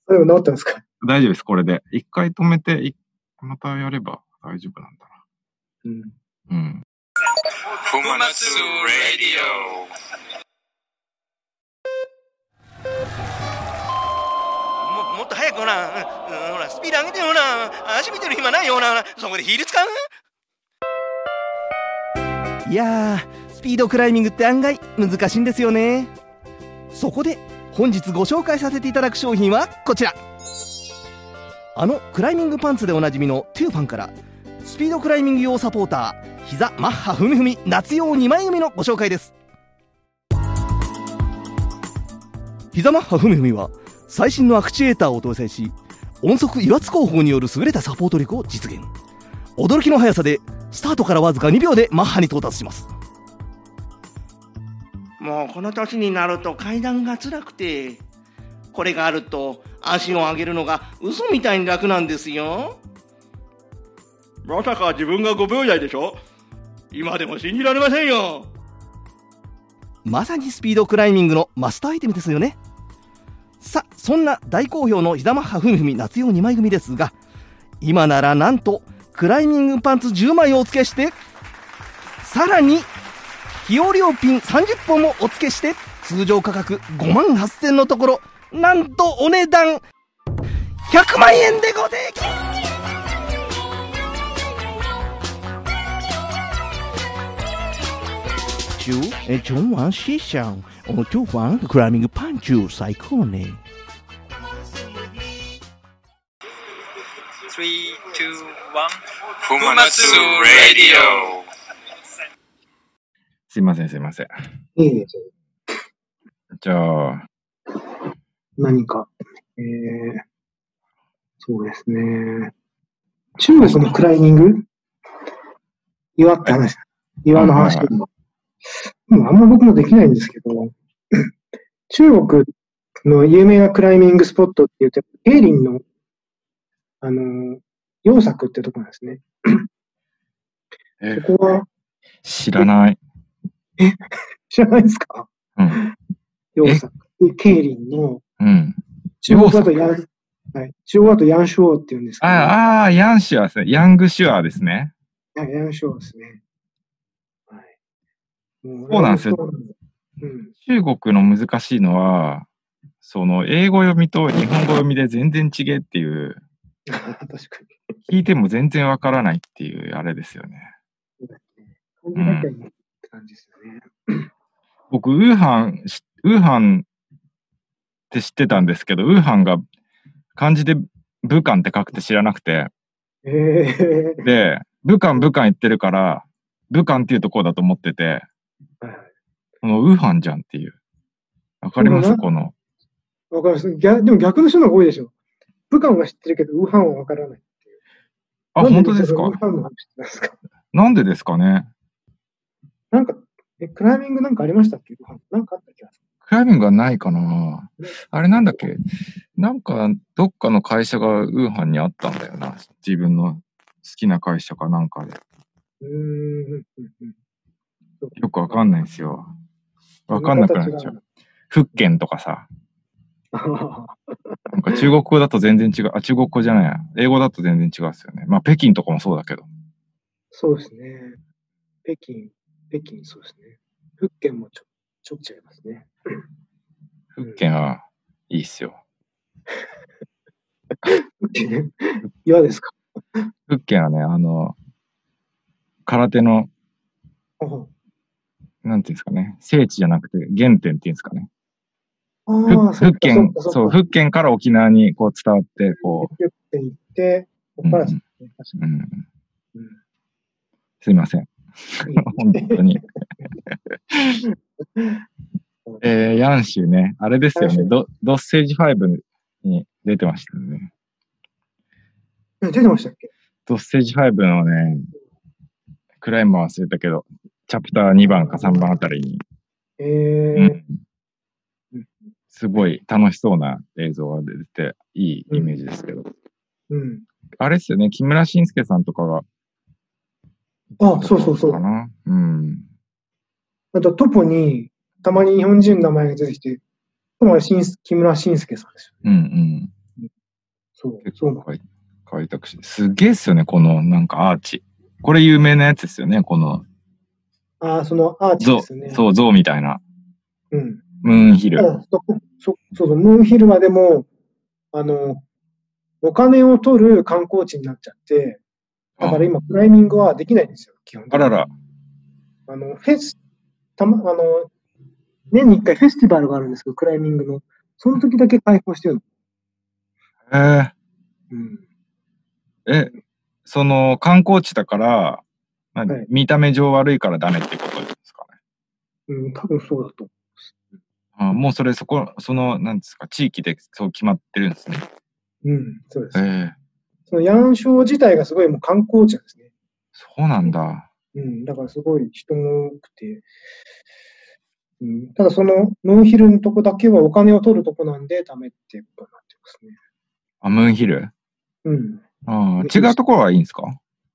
Speaker 1: それは治ってますか
Speaker 2: 大丈夫です、これで。一回止めて、いまたやれば大丈夫なんだ
Speaker 1: うん。
Speaker 2: な。うん。
Speaker 3: Fumatsu Radio.
Speaker 4: ももっと早くほら、うんうんほらスピード上げてよほら足見てる暇ないよほらそこでヒール使ういやースピードクライミングって案外難しいんですよねそこで本日ご紹介させていただく商品はこちらあのクライミングパンツでおなじみのトゥーファンからスピードクライミング用サポーター膝マッハふみふみ夏用2枚組のご紹介です膝マッハふみふみは最新のアクチュエーターを搭載し音速油圧工法による優れたサポート力を実現驚きの速さでスタートからわずか2秒でマッハに到達しますもうこの年になると階段が辛くてこれがあると足を上げるのが嘘みたいに楽なんですよまさか自分が5秒台でしょ今でも信じられませんよまさにスピードクライミングのマスターアイテムですよねさあそんな大好評のひざマッハふみふみ夏用2枚組ですが今ならなんとクライミングパンツ10枚をお付けしてさらに費用料ピン30本もお付けして通常価格5万8000のところなんとお値段100万円でご提供中えジョンワンシーシャンおのトゥファンクライミングパンチュ最高ね
Speaker 3: Three, two, one. Fumatsu Radio.
Speaker 2: すいません、すいません。
Speaker 1: いいです
Speaker 2: じゃあ、
Speaker 1: 何か。えー、そうですね。中国のクライミング岩って話。岩の話。
Speaker 2: は
Speaker 1: でもあんま僕もできないんですけど、中国の有名なクライミングスポットっていうと、桂林の、あの、洋作ってとこなんですね。
Speaker 2: え
Speaker 1: ここは
Speaker 2: 知らない。
Speaker 1: 知らないですか
Speaker 2: うん。
Speaker 1: 洋作。桂林の、
Speaker 2: うん。
Speaker 1: 中国だとや、はい。中国だとヤンシュオーって言うんですけど、は
Speaker 2: ああー、ヤンシュアですね。ヤングシュアですね。
Speaker 1: い、ヤンシュオーですね。はい。も
Speaker 2: そうなんですよ
Speaker 1: 俺もそうなんだ
Speaker 2: 中国の難しいのは、その英語読みと日本語読みで全然違えってい
Speaker 1: うん。
Speaker 2: う、
Speaker 1: 確か
Speaker 2: 聞いても全然わからないっていうあれですよね。
Speaker 1: に。感じだけにって感じですよね。
Speaker 2: 僕、ウーハンし、ウーハンって知ってたんですけど、ウーハンが漢字で武漢って書くって知らなくて、
Speaker 1: ええ
Speaker 2: で、武漢武漢言ってるから、武漢っていうとこだと思ってて、
Speaker 1: はいはい
Speaker 2: このウーハンじゃんっていう。わかりま
Speaker 1: そう
Speaker 2: す
Speaker 1: だな
Speaker 2: この。
Speaker 1: わかります。逆でも逆の人の方が多いでしょ。武漢は知ってるけど、ウーハンはわからない。
Speaker 2: あ、
Speaker 1: なん
Speaker 2: 本当です
Speaker 1: ウ
Speaker 2: か
Speaker 1: ーハンの話してたんですか。
Speaker 2: なんでですかね
Speaker 1: なんか、え、クライミングなんかありましたっけウーハンなんかあった気がす
Speaker 2: クライミングはないかなあれなんだっけなんか、どっかの会社がウーハンにあったんだよな。自分の好きな会社かなんかで。
Speaker 1: る。うーんうんうんうん。
Speaker 2: よくわかんないんですよ。わかんなくなっちゃう。福建とかさ。
Speaker 1: あ
Speaker 2: なんか中国語だと全然違う。あ、中国語じゃないや。英語だと全然違うですよね。まあ、北京とかもそうだけど。
Speaker 1: そうですね。北京、北京、そうですね。福建もちょちょっと違いますね。
Speaker 2: 福建はいいっすよ。
Speaker 1: 福建ね。嫌ですか
Speaker 2: 福建はね、あの、空手の、
Speaker 1: うん
Speaker 2: なんていうんですかね。聖地じゃなくて原点っていうんですかね。
Speaker 1: あ
Speaker 2: ふ
Speaker 1: あ、そっ
Speaker 2: 福
Speaker 1: か
Speaker 2: 建、
Speaker 1: そっか
Speaker 2: そう、
Speaker 1: っか
Speaker 2: 福建から沖縄にこう伝わって、こ
Speaker 1: 福建行って、ここからですね。確
Speaker 2: う、うん
Speaker 1: うん。
Speaker 2: すいません。
Speaker 1: かに。
Speaker 2: 本当 に。えー、ヤンシュね。あれですよ
Speaker 1: ヤンシ
Speaker 2: ね。
Speaker 1: ュ
Speaker 2: ドドッセージ5に出てましたよね。
Speaker 1: え出てましたっけ
Speaker 2: ドッセージ5のね、クライマー忘れたけど、チャプター2番か3番あたりに、
Speaker 1: え
Speaker 2: う
Speaker 1: ー
Speaker 2: ん、すごい楽しそうな映像が出てて、いいイメージですけど。
Speaker 1: うん。
Speaker 2: あれですよね。木村慎介さんとかが、
Speaker 1: あ、そうそうそう
Speaker 2: か。な。うん。
Speaker 1: あと、トポに、たまに日本人の名前が出てきて、トポはしん木村慎介さんですよ。
Speaker 2: うんうん。
Speaker 1: そう、
Speaker 2: 結
Speaker 1: そう
Speaker 2: 構
Speaker 1: なん
Speaker 2: 開開拓して。すげえっすよね、このなんかアーチ。これ有名なやつですよね、この
Speaker 1: ああ、そのアーチ
Speaker 2: 像、
Speaker 1: ですね。
Speaker 2: そう、像みたいな。
Speaker 1: う。うん。
Speaker 2: ムーンヒ
Speaker 1: た
Speaker 2: ル。
Speaker 1: だそこそそうそう、ムーンヒルはでも、あの、お金を取る観光地になっちゃって、だから今、クライミングはできないんですよ、基本的に
Speaker 2: あらら。
Speaker 1: あの、フェス、たま、あの、年に一回フェスティバルがあるんですけど、クライミングの。その時だけ開放してるの。
Speaker 2: え
Speaker 1: うん。
Speaker 2: ー、え、その観光地だから、まあ
Speaker 1: はい
Speaker 2: 見た目上悪いからダメってことですかね。
Speaker 1: うん、多分そうだと思う。
Speaker 2: あもうそれそこ、その、なんですか、地域でそう決まってるんですね。
Speaker 1: うん、そうです
Speaker 2: え。ー、
Speaker 1: そのヤンショー自体がすごいもう観光地なんですね。
Speaker 2: そうなんだ。
Speaker 1: うん、だからすごい人も多くて。うん、ただそのノンヒルのとこだけはお金を取るとこなんでダメっていうことになってますね。
Speaker 2: あ、ムーンヒル。
Speaker 1: うん。
Speaker 2: あー違うところはいいんですか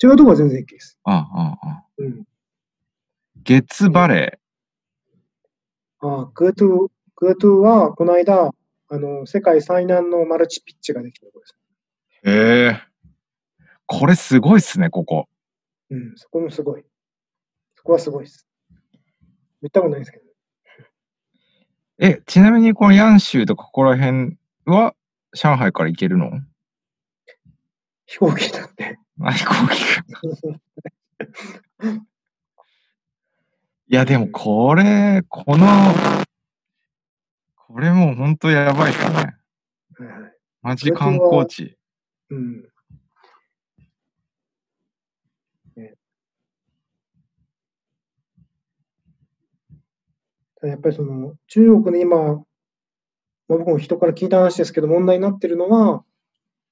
Speaker 1: 違うとこは全然 OK です。
Speaker 2: ああ、ああ。
Speaker 1: うん。
Speaker 2: ゲッツバレ
Speaker 1: ああ、グートゥー、グートゥーはこの間、あの、世界最難のマルチピッチができたとこです。
Speaker 2: ー。ええこれすごいっすね、ここ。
Speaker 1: うん、そこもすごい。そこはすごいです。行ったことないですけど。
Speaker 2: え、ちなみにこのヤンシューとかここら辺は上海から行けるの
Speaker 1: 飛行機だって。
Speaker 2: あ、飛行機か。いや、でもこれ、この、これもうほんとやばいですね。
Speaker 1: はいはい。
Speaker 2: マジ観光地。
Speaker 1: うん。ねただやっぱりその中国の今、まあ、僕も人から聞いた話ですけど問題になってるのは、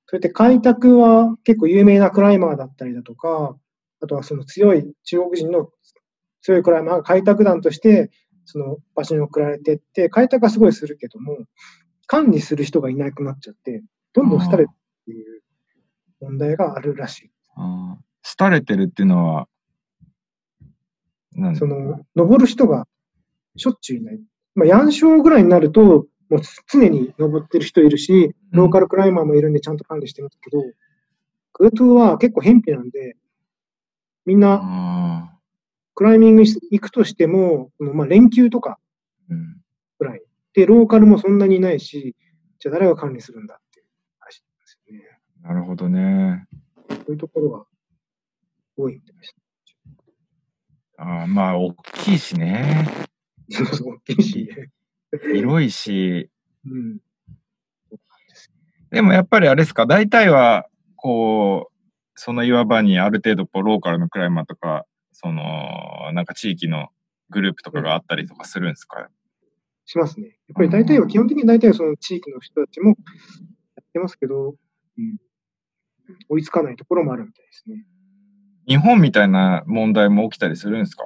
Speaker 1: そうやって開拓は結構有名なクライマーだったりだとか、あとはその強い中国人の強いクライマーが開拓団としてその場所に送られてって、開拓はすごいするけども、管理する人がいなくなっちゃって、どんどん廃れてっていう問題があるらし。
Speaker 2: あー廃れてるっていうのは、ない
Speaker 1: その、登る人がしょっちゅういない。まあ、ヤンショーぐらいになると、もう常に登ってる人いるし、ローカルクライマーもいるんでちゃんと管理してますけど、グートゥーは結構偏僻なんで、みんな
Speaker 2: あ
Speaker 1: クライミングし行くとしても、このまあ連休とか
Speaker 2: ーうん
Speaker 1: ぐらい。で、ローカルもそんなにいないし、じゃあ誰が管理するんだっていう話なんですよね。
Speaker 2: なるほどね。
Speaker 1: そういうところが多いみたいです。
Speaker 2: あーまあ、大きいしね。
Speaker 1: そうそう、大きいしね。
Speaker 2: 広いし、
Speaker 1: うん。
Speaker 2: でもやっぱりあれですか、大体は、こう、その岩場にある程度、こう、ローカルのクライマーとか、その、なんか地域のグループとかがあったりとかするんですか、
Speaker 1: しますね。やっぱり大体は、基本的に大体はその地域の人たちもやってますけど、うん、追いつかないところもあるみたいですね。
Speaker 2: 日本みたいな問題も起きたりするんですか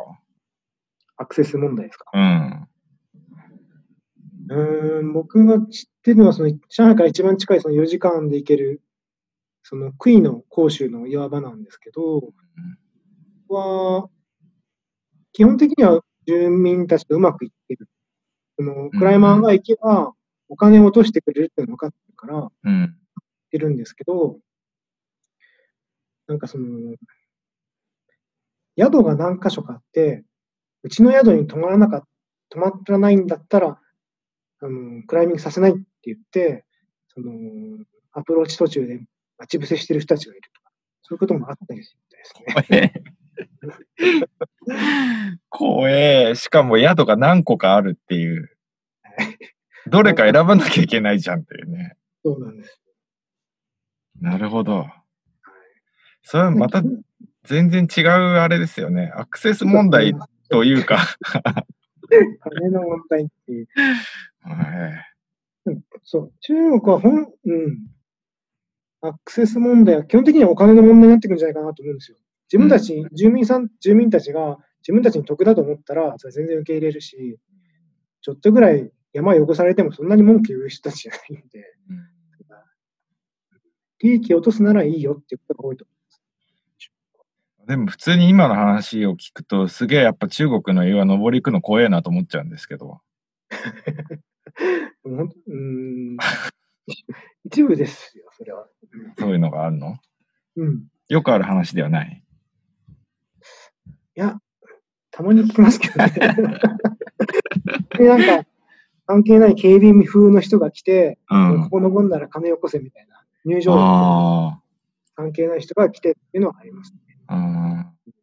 Speaker 1: アクセス問題ですか。
Speaker 2: うん。
Speaker 1: うーん、僕が知ってるのは、その上海から一番近いその4時間で行ける、その杭の杭州の岩場なんですけど、ここは、基本的には住民たちとうまくいってる。そのクライマーが行けば、お金を落としてくれるっていうのが分かってるから、
Speaker 2: うん。
Speaker 1: ってるんですけど、なんかその、宿が何箇所かあって、うちの宿に泊まらなかっ泊まらないんだったら、あの、クライミングさせないって言って、その、アプローチ途中で待ち伏せしてる人たちがいるとか、そういうこともあったりするみたいですね。
Speaker 2: 怖え。怖え。しかも宿が何個かあるっていう。どれか選ばなきゃいけないじゃんっていうね。
Speaker 1: そうなんです。
Speaker 2: なるほど。それはまた全然違うあれですよね。アクセス問題というか。
Speaker 1: 金の問題っていう。
Speaker 2: はい
Speaker 1: そう。中国は本、うん。アクセス問題は基本的にはお金の問題になってくるんじゃないかなと思うんですよ。自分たち、住民さん、住民たちが自分たちに得だと思ったら、それ全然受け入れるし、ちょっとぐらい山汚されてもそんなに文句言う人たちじゃないんで、利益落とすならいいよっていうことが多いと思
Speaker 2: でも普通に今の話を聞くと、すげえやっぱ中国の岩登り行くの怖えなと思っちゃうんですけど。
Speaker 1: う。でもほん うん。一部ですよ、それは。
Speaker 2: そういうのがあるの
Speaker 1: うん。
Speaker 2: よくある話ではない。
Speaker 1: いや、たまに聞きますけど ね。で、なんか、関係ない警備員風の人が来て、
Speaker 2: うん
Speaker 1: こ。こ登んだら金よこせみたいな、入場料
Speaker 2: あ
Speaker 1: 関係ない人が来てっていうのはありますね。
Speaker 2: あ。うん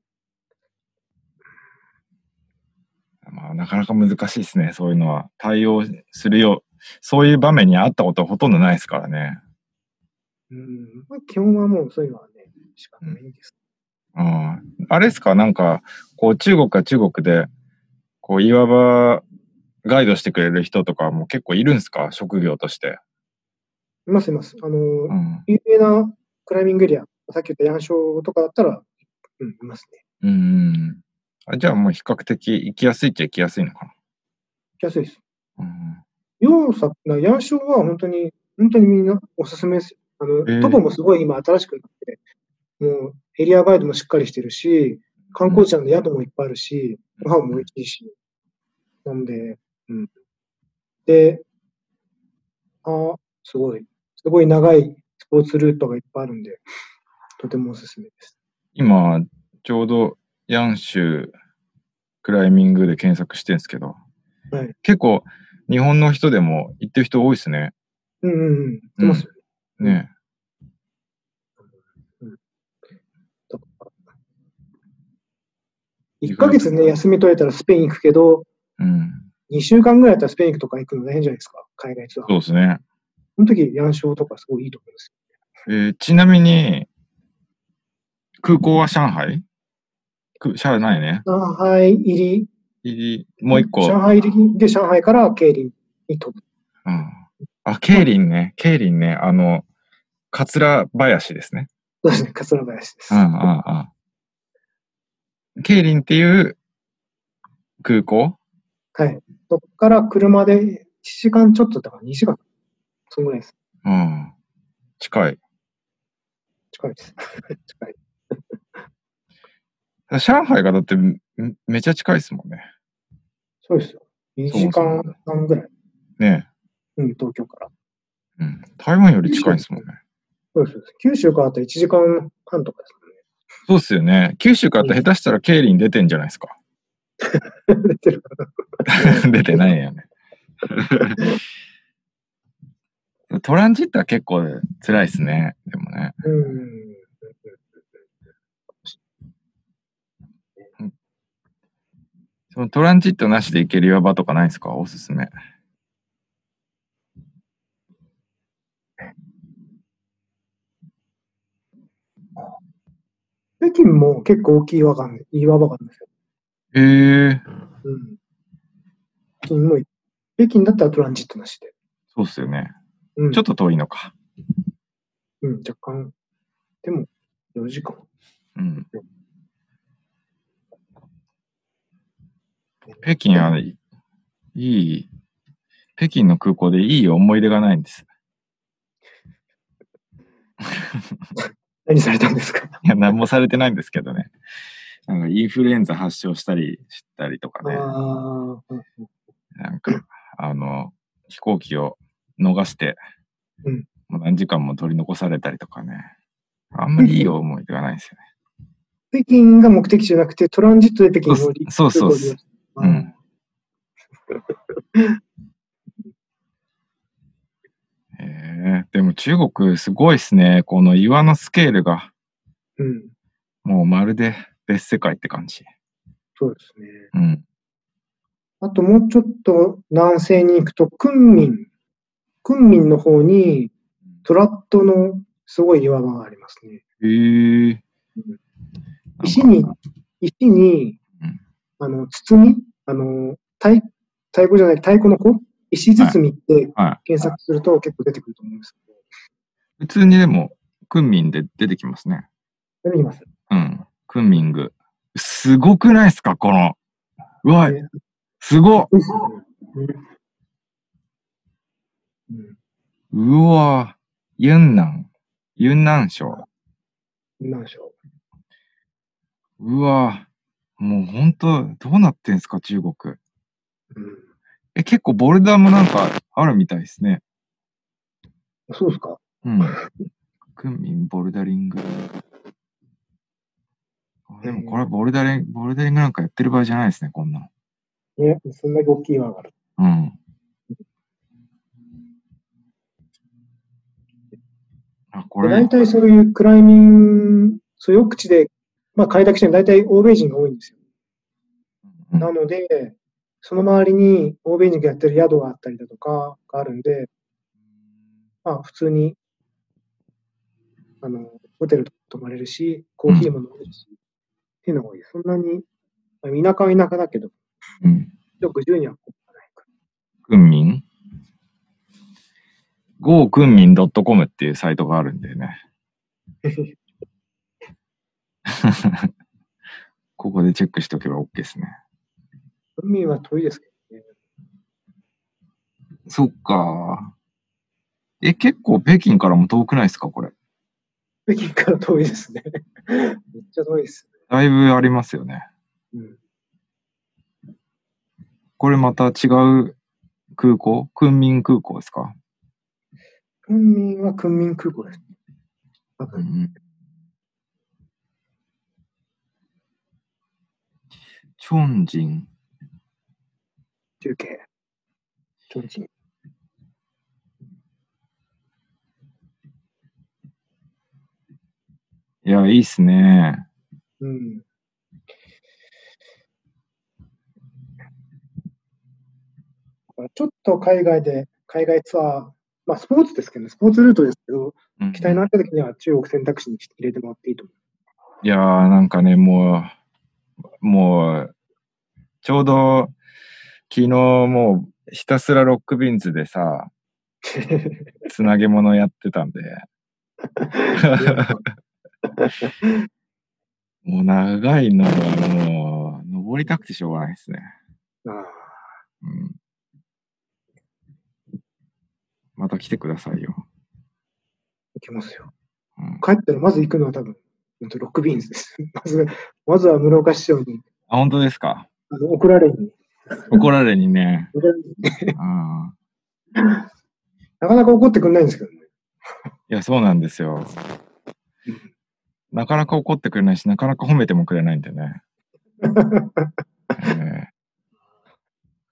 Speaker 2: まあ、なかなか難しいですね、そういうのは。対応するよう、そういう場面にあったことはほとんどないですからね。
Speaker 1: うん。まあ、基本はもうそういうのはね、仕方ないんです。
Speaker 2: うんあれですかなんか、こう、中国は中国で、こう、いわば、ガイドしてくれる人とかも結構いるんですか職業として。
Speaker 1: いますいます。あの、
Speaker 2: うん。
Speaker 1: 有名なクライミングエリア、さっき言ったヤンショーとかだったら、うん、いますね。
Speaker 2: うん。あじゃあもう比較的行きやすいっちゃ行きやすいのか
Speaker 1: 行きやすいです。
Speaker 2: な。
Speaker 1: 要作な、ヤンショーは本当に、本当にみんなおすすめです。あの、
Speaker 2: えー
Speaker 1: トポもすごい今新しくなって、もうエリアガイドもしっかりしてるし、観光地なんで宿もいっぱいあるし、ご飯も美味しいし。なんで、うん。で、あ、すごい、すごい長いスポーツルートがいっぱいあるんで、とてもおすすめです。
Speaker 2: 今、ちょうど、ヤンシュークライミングで検索してるんですけど、
Speaker 1: はい
Speaker 2: 結構、日本の人でも行ってる人多いですね。
Speaker 1: うんうんうん。出ますよね。
Speaker 2: ね。
Speaker 1: だから1ヶ月ね、休み取れたらスペイン行くけど、
Speaker 2: うん。
Speaker 1: 2週間ぐらいだったらスペインとか行くの大変じゃないですか、海外ツアー。
Speaker 2: そうですね。
Speaker 1: その時、ヤンショーとかすごいいいと思います。
Speaker 2: えーちなみに、空港は上海く上海ないね。
Speaker 1: 上海入り、
Speaker 2: 入りもう一個。
Speaker 1: 上海入りで上海からケイリンに飛ぶ。
Speaker 2: うん、あ、ケイリンね。ケイリンね。あの、桂林ですね。
Speaker 1: そうですね、桂林です。
Speaker 2: うんうんうん。ケイリンっていう空港
Speaker 1: はい。そこから車で1時間ちょっとだから2時間。そのぐらいです。
Speaker 2: うん。近い。
Speaker 1: 近いです。 近い。
Speaker 2: 上海がだってめめちゃ近いですもんね。
Speaker 1: そうですよ。2時間半ぐらい。
Speaker 2: ね
Speaker 1: うん、東京から。
Speaker 2: うん。台湾より近いですもんね。
Speaker 1: そうですそうです。九州からだと1時間半とかです
Speaker 2: そうっすよね。九州からだと下手したら経理に出てんじゃないですか。
Speaker 1: もんね。出 てるかな。
Speaker 2: 出てないよね。トランジットは結構辛いですね。でもね。
Speaker 1: うん。
Speaker 2: そのトランジットなしで行ける岩場とかないですかおすすめ。
Speaker 1: 北京も結構大きい岩があるんで岩場があるんですよ。
Speaker 2: えー、
Speaker 1: うん。北京も、北京だったらトランジットなしで。
Speaker 2: そうっすよね。
Speaker 1: うん、
Speaker 2: ちょっと遠いのか。
Speaker 1: うん、若干。でも、4時間。
Speaker 2: うん。北京は、いい、北京の空港でいい思い出がないんです。
Speaker 1: 何されたんですか
Speaker 2: いや、何もされてないんですけどね。なんかインフルエンザ発症したりしたりとか
Speaker 1: あ
Speaker 2: ね。
Speaker 1: あ、うん
Speaker 2: なんか、あの、飛行機を逃して、
Speaker 1: うん
Speaker 2: もう何時間も取り残されたりとかね。あんまりいい思い出がないんですよ ね。
Speaker 1: 北京が目的地じゃなくて、トランジットで北京を利
Speaker 2: そうそうそう
Speaker 1: 空港を
Speaker 2: う
Speaker 1: 利用
Speaker 2: ん。えー、でも中国すごいっすね。この岩のスケールが、
Speaker 1: うん、
Speaker 2: もうまるで別世界って感じ。
Speaker 1: そうですね。
Speaker 2: うん。
Speaker 1: あともうちょっと南西に行くと、昆明。昆明の方に、トラットのすごい岩場がありますね。
Speaker 2: えー。
Speaker 1: 石に、石に
Speaker 2: うん、
Speaker 1: あの、包みあの、太、太鼓じゃない、太鼓の子石包みって
Speaker 2: はい。
Speaker 1: 検索すると結構出てくると思うんですけど、
Speaker 2: 普通にでも、クンミンで出てきますね。
Speaker 1: 出てきます。
Speaker 2: うん。クンミング。すごくないですかこの。うわ
Speaker 1: ね、
Speaker 2: すごっ
Speaker 1: うんうん。
Speaker 2: うわユンナン。ユンナン省。
Speaker 1: なんでしょ
Speaker 2: うわもうほんと、どうなってんすか中国。
Speaker 1: う。うん
Speaker 2: え、結構ボルダーもなんかあるみたいですね。
Speaker 1: そうですか。
Speaker 2: うん。クンミンボルダリング。あでもこれボルダリング、ボルダリングなんかやってる場合じゃないですね、こんなの。
Speaker 1: ね、そんだけ大きい岩がある。
Speaker 2: うん。あ、こ
Speaker 1: で
Speaker 2: れ
Speaker 1: 大、体そういうクライミング、そういう奥地で、まあ、開拓してるのは大体欧米人が多いんですよ。
Speaker 2: うん
Speaker 1: なので、その周りに欧米人がやってる宿があったりだとかがあるんで、まあ、普通に、あの、ホテルとか泊まれるし、コーヒーも飲めるし、っていうのが多い。そんなに、まあ、田舎は田舎だけど、
Speaker 2: うん。
Speaker 1: よく10には来ないか
Speaker 2: 軍民 ?go 軍民 .com っていうサイトがあるん でね。ここでチェックしておけば OK ですね。
Speaker 1: ら。海は遠いですけ
Speaker 2: そっか。え、結構北京からも遠くないですかこれ。
Speaker 1: ど、北京から遠いですね。めっちゃ遠いです。
Speaker 2: だいぶありますよね。
Speaker 1: うん。
Speaker 2: これまた違う空港軍民空港ですか
Speaker 1: 訓民は訓民空港です。多
Speaker 2: う
Speaker 1: 分
Speaker 2: ん。チョンジン。
Speaker 1: 中継。ちょうちん
Speaker 2: いや、いいっすね。
Speaker 1: うん。ちょっと海外で、海外ツアー、まあスポーツですけどね、スポーツルートですけど、
Speaker 2: うん
Speaker 1: 期待のあった時には中国選択肢に入れてもらっていいと思
Speaker 2: いやー、なんかね、もう、もう、ちょうど、昨日もう、ひたすらロックビンズでさ、つなげ物やってたんで、もう長いのがもう、登りたくてしょうがないですね。
Speaker 1: う。ああ
Speaker 2: うん。また来てくださいよ。
Speaker 1: 行きますよ。
Speaker 2: うん、
Speaker 1: 帰ったらまず行くのは多分、本当ロックビーンズです。 まず、まずは室岡市長に、
Speaker 2: あ、本当ですか
Speaker 1: あの怒られに、
Speaker 2: 怒られにね。
Speaker 1: 怒られに
Speaker 2: ああ。
Speaker 1: なかなか怒ってくれないんですけどね。
Speaker 2: いや、そうなんですよ。なかなか怒ってくれないし、なかなか褒めてもくれないんでね。ええ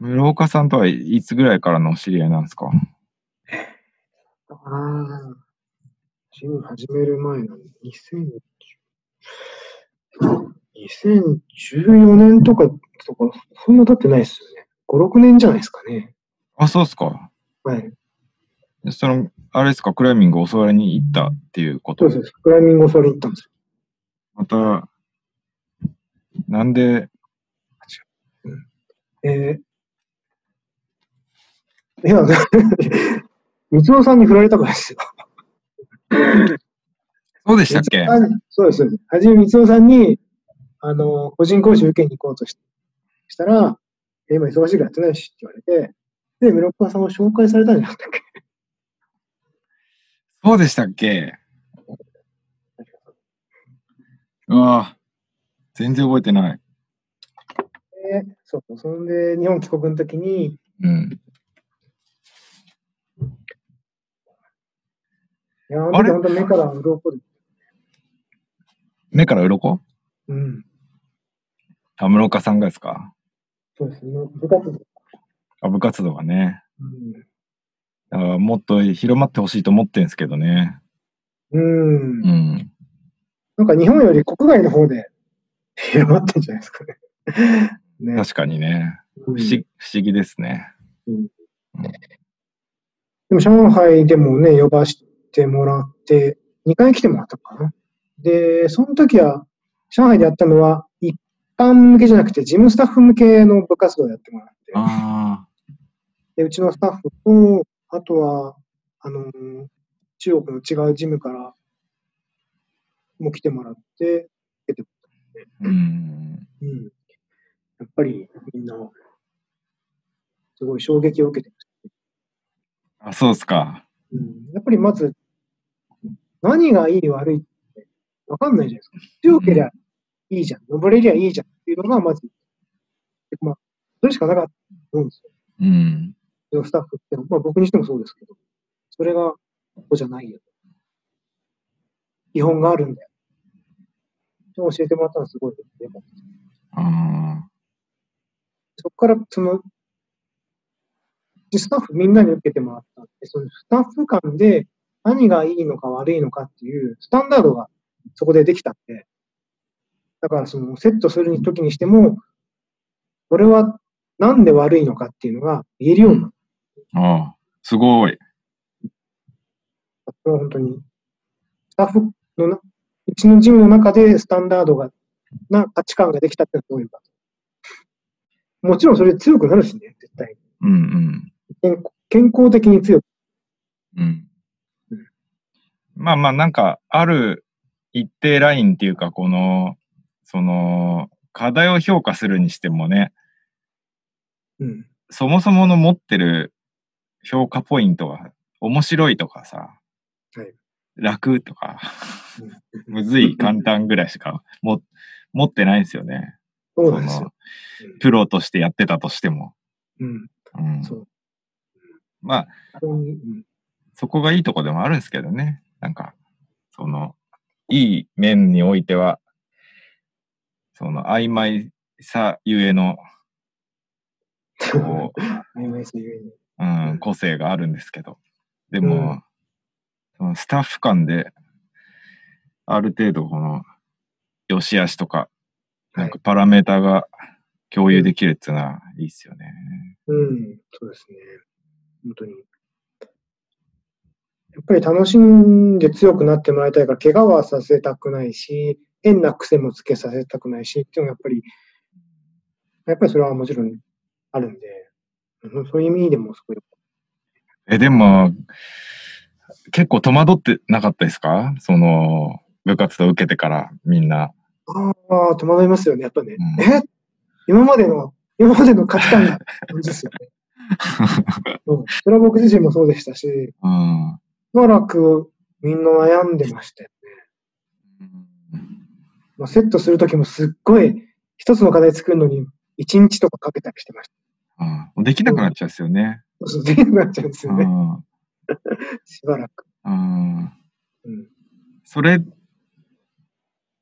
Speaker 2: 室岡さんとはいつぐらいからのお知り合いなんですか
Speaker 1: ああ、ジム始める前なんで、2010 2014年とか、とかそんな経ってないですよね。5、6年じゃないですかね。
Speaker 2: あ、そうっすか。
Speaker 1: はい。
Speaker 2: でその、あれですか、クライミングを教わりに行ったっていうこ
Speaker 1: そ
Speaker 2: と
Speaker 1: うです。クライミングをそれに行ったんですよ。
Speaker 2: また、なんで、
Speaker 1: えー、いや、 三尾さんに振られたからですよ。
Speaker 2: そうでしたっけ
Speaker 1: 三尾さんそうです、そうです。はじめ三尾さんに、あの、個人講習受けに行こうとししたら、え今忙しいからやってないしって言われて、で、室岡さんを紹介されたんじゃなかったっけ
Speaker 2: そうでしたっけうわぁ全然覚えてない。
Speaker 1: でそうそう、そんで、日本帰国の時に、
Speaker 2: うん。
Speaker 1: いや、あの
Speaker 2: あれ
Speaker 1: 時本当目から鱗で。
Speaker 2: 目から鱗
Speaker 1: うん。
Speaker 2: あ、室岡さんがですか
Speaker 1: そうですね。部活動。
Speaker 2: あ部活動がね。
Speaker 1: うん
Speaker 2: だからもっと広まってほしいと思ってんですけどね。
Speaker 1: うん
Speaker 2: う。ん。
Speaker 1: なんか日本より国外の方で広まってんじゃないですかね。ね
Speaker 2: 確かにね。
Speaker 1: うん
Speaker 2: 不思不思議ですね。
Speaker 1: でも上海でもね、呼ばしてもらって、2回来てもらったのかな。で、その時は、上海でやったのは、一般向けじゃなくて、事務スタッフ向けの部活動をやってもらって、
Speaker 2: ああ。
Speaker 1: でうちのスタッフと、あとは、あのー中国の違うジムからも来てもらって、受けても
Speaker 2: うん。
Speaker 1: らってうん、やっぱりみんな、すごい衝撃を受けて
Speaker 2: あ、そうっすか。
Speaker 1: うんやっぱりまず、何がいい悪いって分かんないじゃないですか。強けりゃいいじゃん、登れりゃいいじゃんっていうのがまず、まあ、それしかなかったと思うんです
Speaker 2: うん。
Speaker 1: よ。スタッフって、まあ僕にしてもそうですけど、それがここじゃないよ。基本があるんだよ。教えてもらったのはすごいですね。
Speaker 2: あ
Speaker 1: そこから、その、スタッフみんなに受けてもらったんで、そのスタッフ間で何がいいのか悪いのかっていうスタンダードがそこでできたんで、だからそのセットする時にしても、これはなんで悪いのかっていうのが言えるようになっ
Speaker 2: あ。ああ。すごい。
Speaker 1: た。これは本当に、スタッフのな、うちのジムの中でスタンダードが、な価値観ができたっていうのはどういうか。もちろんそれ強くなるしね、絶対に。
Speaker 2: うん
Speaker 1: 健康健康的に強く。
Speaker 2: うん。うん。まあまあ、なんか、ある一定ラインっていうか、この、その、課題を評価するにしてもね、
Speaker 1: うん
Speaker 2: そもそもの持ってる評価ポイントが面白いとかさ、
Speaker 1: はい
Speaker 2: 楽とか、 むずい、簡単ぐらいしかも持ってないんですよね。
Speaker 1: そうなんですよ。
Speaker 2: そのプロとしてやってたとしても。
Speaker 1: うん。
Speaker 2: うん、
Speaker 1: そう。
Speaker 2: まあ、
Speaker 1: あれにうん
Speaker 2: そこがいいとこでもあるんですけどね。なんか、その、いい面においては、その曖昧さゆえの、こう、
Speaker 1: 曖昧さゆえに。
Speaker 2: うん、個性があるんですけど。でも、そのスタッフ間で、ある程度この、良し悪しとか、
Speaker 1: は
Speaker 2: ないんかパラメーターが共有できるっていうのはいいっすよね。
Speaker 1: うん。そうですね。本当に。やっぱり楽しんで強くなってもらいたいから、怪我はさせたくないし、変な癖もつけさせたくないしっていうのがやっぱり、やっぱりそれはもちろんあるんで、うんそういう意味でもすごい。
Speaker 2: え、でも、結構戸惑ってなかったですかその、部活動受けてからみんな。
Speaker 1: ああ、戸惑いますよね、やっぱね。
Speaker 2: うん
Speaker 1: え今までの、今までの価値観が、そうですよ ね。うんそれは僕自身もそうでしたし、
Speaker 2: うん。
Speaker 1: しばらくみんな悩んでましたよね。まあ、セットするときもすっごい、一つの課題作るのに1日とかかけたりしてました。
Speaker 2: うんできなくなっちゃうんですよね。
Speaker 1: そうそう、出なくなっちゃうんですよね。
Speaker 2: あ
Speaker 1: しばらく。
Speaker 2: あうん
Speaker 1: うん。
Speaker 2: それ、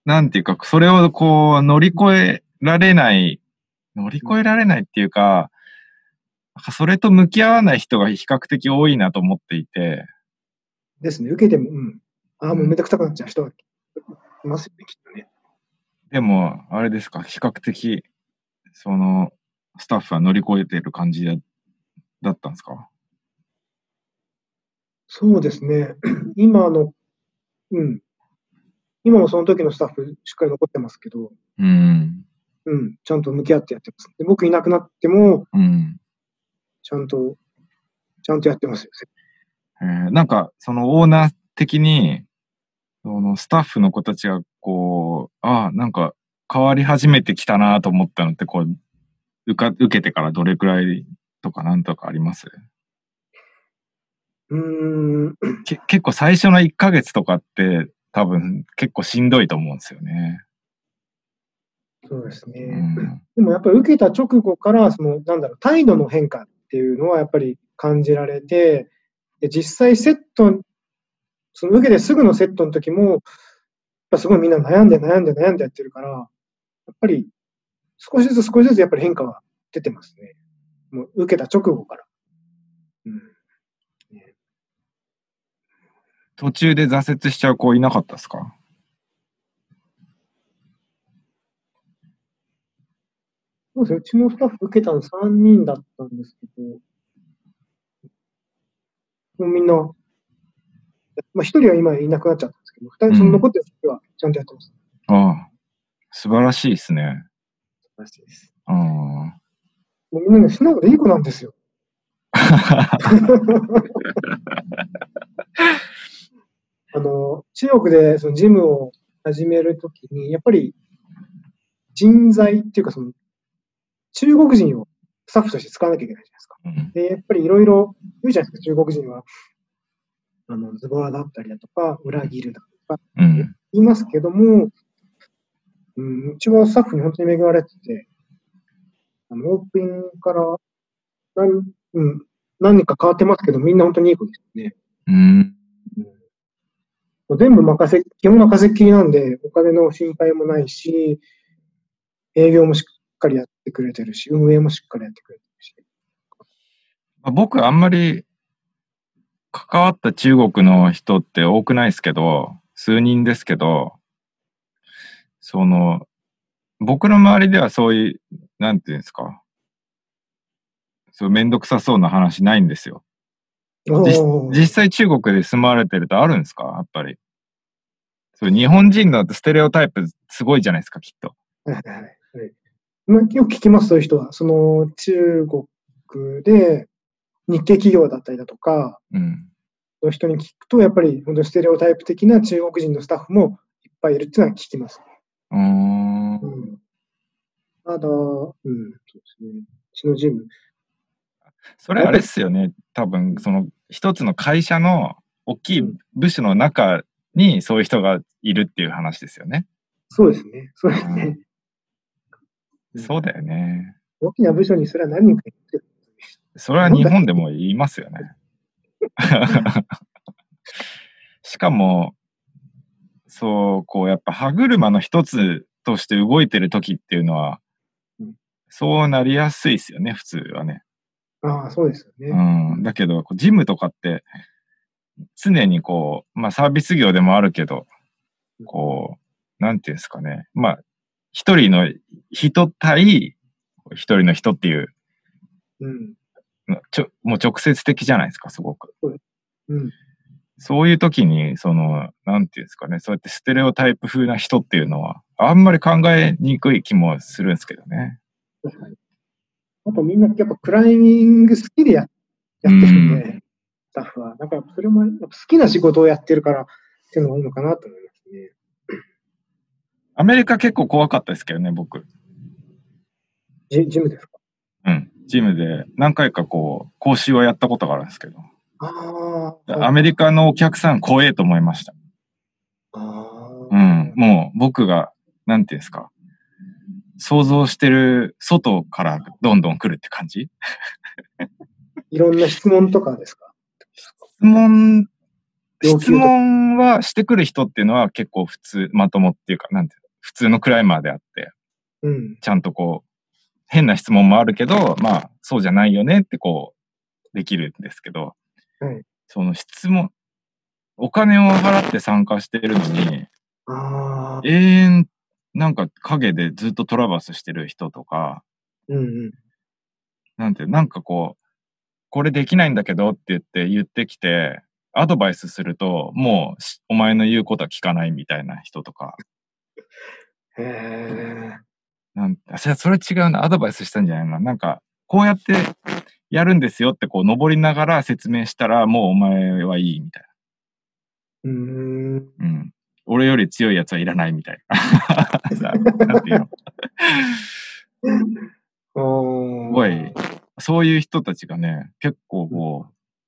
Speaker 2: なんていうか、それをこう乗り越えられない、乗り越えられないっていうか、なんかそれと向き合わない人が比較的多いなと思っていて、
Speaker 1: ですね。受けても、うん。ああ、もうめんどくさくなっちゃう人がいますよね、きっとね。
Speaker 2: でも、あれですか、比較的、その、スタッフは乗り越えてる感じだだったんですか
Speaker 1: そうですね。 今の、うん。今もその時のスタッフしっかり残ってますけど、
Speaker 2: うん。
Speaker 1: うん。ちゃんと向き合ってやってます。で僕いなくなっても、
Speaker 2: うん。
Speaker 1: ちゃんと、ちゃんとやってますよ。
Speaker 2: えーなんか、そのオーナー的に、そのスタッフの子たちが、こう、ああ、なんか変わり始めてきたなと思ったのって、こう、受か、受けてからどれくらいとかなんとかあります
Speaker 1: うーん。
Speaker 2: け結構最初の1ヶ月とかって、多分結構しんどいと思うんですよね。
Speaker 1: そうですね。
Speaker 2: うん。
Speaker 1: でもやっぱり受けた直後から、その、なんだろう、態度の変化っていうのはやっぱり感じられて、で実際セット、その受けてすぐのセットの時も、やっぱすごいみんな悩んで悩んで悩んでやってるから、やっぱり少しずつ少しずつやっぱり変化は出てますね。もう受けた直後から。うん。
Speaker 2: 途中で挫折しちゃう子いなかったですか
Speaker 1: そうですね。うちのスタッフ受けたの3人だったんですけど、もうみんな、まあ1人は今いなくなっちゃったんですけど、2
Speaker 2: うん
Speaker 1: 人、その残ってる人はちゃんとやってます。
Speaker 2: ああ、素晴らしいですね。
Speaker 1: らしいです。
Speaker 2: ああ。
Speaker 1: もうみんなね、素直でいい子なんですよ。あの、中国でそのジムを始めるときに、やっぱり人材っていうかその、中国人をスタッフとして使わなきゃいけないじゃないですか。
Speaker 2: うん
Speaker 1: で、やっぱりいろいろ言うじゃないですか、中国人は。あの、ズボラだったりだとか、裏切るだとか
Speaker 2: うん。
Speaker 1: 言いますけども、うん、うちはスタッフに本当に恵まれてて、あの、オープンから何、うん、何人か変わってますけど、みんな本当にいい子ですね。
Speaker 2: うん。
Speaker 1: もう全部任せ、基本任せっきりなんで、お金の心配もないし、営業もしっかりやってくれてるし、運営もしっかりやってくれてるし。
Speaker 2: まあ僕あんまり関わった中国の人って多くないですけど、数人ですけど、その、僕の周りではそういう、なんていうんですか、そうめんどくさそうな話ないんですよ。
Speaker 1: おー
Speaker 2: 実際中国で住まわれてるとあるんですかやっぱり。そう日本人だってステレオタイプすごいじゃないですか、きっと。
Speaker 1: はいはいはいはいまあよく聞きます、そういう人は。その中国で日系企業だったりだとか、
Speaker 2: うん。
Speaker 1: の人に聞くと、やっぱり本当にステレオタイプ的な中国人のスタッフもいっぱいいるっていうのは聞きます。
Speaker 2: うーん。
Speaker 1: うん、ただ、うん、そうですね。うちのジム。
Speaker 2: それあれっすよね。多分、その、一つの会社の大きい部署の中にそういう人がいるっていう話ですよね。
Speaker 1: そうですね。そうですね。うん
Speaker 2: そうだよね。
Speaker 1: 大きな部署にそれは何人かいてる。
Speaker 2: それは日本でも言いま すよね。しかも、そう、こう、やっぱ歯車の一つとして動いてる時っていうのは
Speaker 1: うん、
Speaker 2: そうなりやすいですよね、普通はね。
Speaker 1: ああ、そうですよね。
Speaker 2: うん、だけど、こうジムとかって、常にこう、まあサービス業でもあるけど、こう、なんていうんですかね。まあ、一人の人対、一人の人っていう、
Speaker 1: うん。
Speaker 2: ちょもう直接的じゃないですか、すごく。
Speaker 1: うん。
Speaker 2: そういう時に、その、なんていうんですかね、そうやってステレオタイプ風な人っていうのは、あんまり考えにくい気もするんですけどね。
Speaker 1: 確かに。あとみんなやっぱクライミング好きでややってるんで、
Speaker 2: う
Speaker 1: スタッフは。だからそれもやっぱ好きな仕事をやってるからっていうのが多いのかなと思いますね。
Speaker 2: アメリカ結構怖かったですけどね、僕。
Speaker 1: ジジムですか
Speaker 2: うん。チームで何回かこう、講習はやったことがあるんですけど。
Speaker 1: ああ。
Speaker 2: アメリカのお客さん怖えと思いました。
Speaker 1: あー
Speaker 2: うん。もう僕が、なんていうんですか。想像してる外からどんどん来るって感じ
Speaker 1: いろんな質問とかですか
Speaker 2: 質問、
Speaker 1: 要求
Speaker 2: 質
Speaker 1: とか
Speaker 2: 問はしてくる人っていうのは結構普通、まともっていうか、なんていうの普通のクライマーであって、
Speaker 1: うん。
Speaker 2: ちゃんとこう、変な質問もあるけど、まあ、そうじゃないよねってこう、できるんですけど、
Speaker 1: はい
Speaker 2: その質問、お金を払って参加してるのに、
Speaker 1: ああ。
Speaker 2: 永遠、なんか影でずっとトラバスしてる人とか、
Speaker 1: うんうん。
Speaker 2: なんて、なんかこう、これできないんだけどって言って言ってきて、アドバイスすると、もうしお前の言うことは聞かないみたいな人とか、
Speaker 1: へえ。
Speaker 2: なんあそれそれ違うな、アドバイスしたんじゃないのなんか、こうやってやるんですよってこう登りながら説明したら、もうお前はいいみたいう
Speaker 1: ーん。
Speaker 2: な。うん。俺より強いやつはいらないみたいな。 さなんていうの
Speaker 1: あー
Speaker 2: すごい、そういう人たちがね、結構こ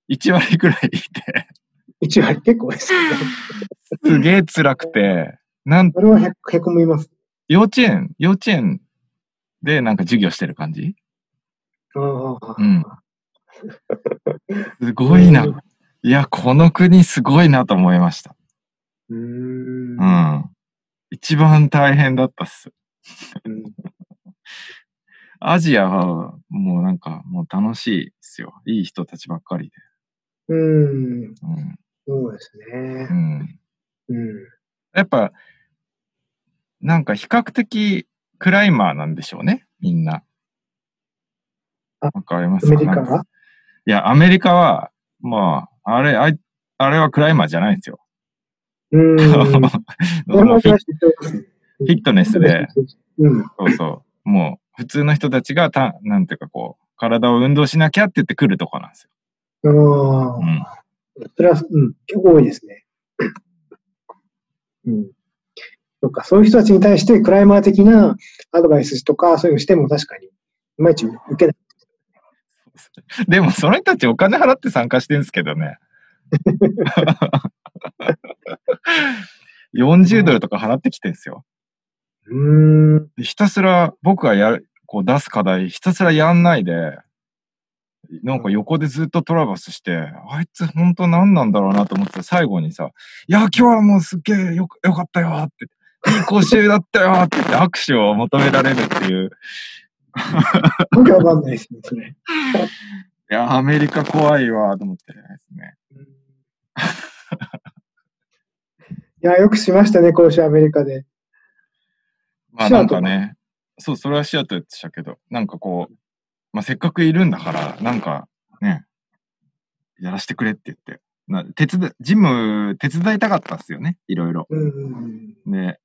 Speaker 2: う、1割くらいいて、
Speaker 1: 一割結構ですね。
Speaker 2: すげえ辛くて、なん
Speaker 1: それはへへこみます。
Speaker 2: 幼稚園、幼稚園でなんか授業してる感じ
Speaker 1: ああ。
Speaker 2: うん。すごいな。いや、この国すごいなと思いました。
Speaker 1: うーん。
Speaker 2: う。ん。一番大変だったっす。アジアはもうなんかもう楽しいっすよ。いい人たちばっかりで。
Speaker 1: うん。
Speaker 2: うん。
Speaker 1: そうです
Speaker 2: う
Speaker 1: ね。
Speaker 2: ん、
Speaker 1: うん。
Speaker 2: やっぱ、なんか比較的クライマーなんでしょうね。みんな。
Speaker 1: あ
Speaker 2: わかりま
Speaker 1: ア
Speaker 2: す
Speaker 1: メリカ
Speaker 2: なんか
Speaker 1: はい
Speaker 2: や、アメリカは、まあ、あれ、あいあれはクライマーじゃないんですよ。
Speaker 1: うん。
Speaker 2: そのフィフィッ
Speaker 1: ッ
Speaker 2: トネスで、。
Speaker 1: うん。
Speaker 2: そうそう、もう普通の人たちがた、なんていうかこう、体を運動しなきゃって言ってくるとこなんですよ。
Speaker 1: あ
Speaker 2: うん
Speaker 1: あ。それは、うん。結構多いですね。うん。そっか、そういう人たちに対してクライマー的なアドバイスとか、そういうのしても確かに、いまいち受けない。
Speaker 2: でも、その人たちお金払って参加してるんですけどね。40ドルとか払ってきてんですよ。
Speaker 1: うーん。
Speaker 2: ひたすら僕がやる、こう出す課題、ひたすらやんないで、なんか横でずっとトラバスして、あいつ本当何なんだろうなと思ってた最後にさ、いや、今日はもうすっげえよく、よかったよって、いい講習だったよって言って握手を求められるっていう。
Speaker 1: わけわかんないですね、それ。
Speaker 2: いや、アメリカ怖いわと思ってですね。
Speaker 1: うんいや、よくしましたね、講師アメリカで。
Speaker 2: まあなんかね、そう、それはシアトルでしたけど、なんかこう、まあせっかくいるんだから、なんかね、やらせてくれって言って。な手伝、ジム手伝いたかったっすよね、いろいろ。
Speaker 1: うん。
Speaker 2: で、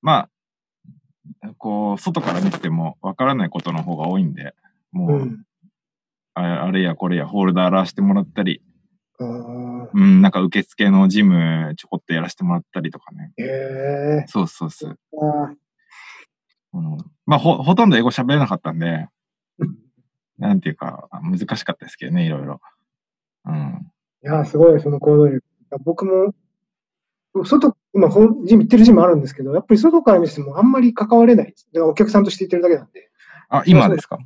Speaker 2: まあ、こう、外から見ててもわからないことの方が多いんで、も
Speaker 1: う
Speaker 2: う、
Speaker 1: ん。
Speaker 2: あれあれやこれやホールダーらしてもらったり、
Speaker 1: ああ。
Speaker 2: うん、なんか受付のジムちょこっとやらせてもらったりとかね。
Speaker 1: へえ。
Speaker 2: そうそうそう。
Speaker 1: あ
Speaker 2: うんまあ、ほ、ほとんど英語喋れなかったんで
Speaker 1: うん、
Speaker 2: なんていうか、難しかったですけどね、いろいろ。うん。
Speaker 1: いや、すごい、その行動力。いや僕も、外、今、ほんジム行ってるジムあるんですけど、やっぱり外から見ててもあんまり関われないです。だからお客さんとして行ってるだけなんで。
Speaker 2: あ、今ですか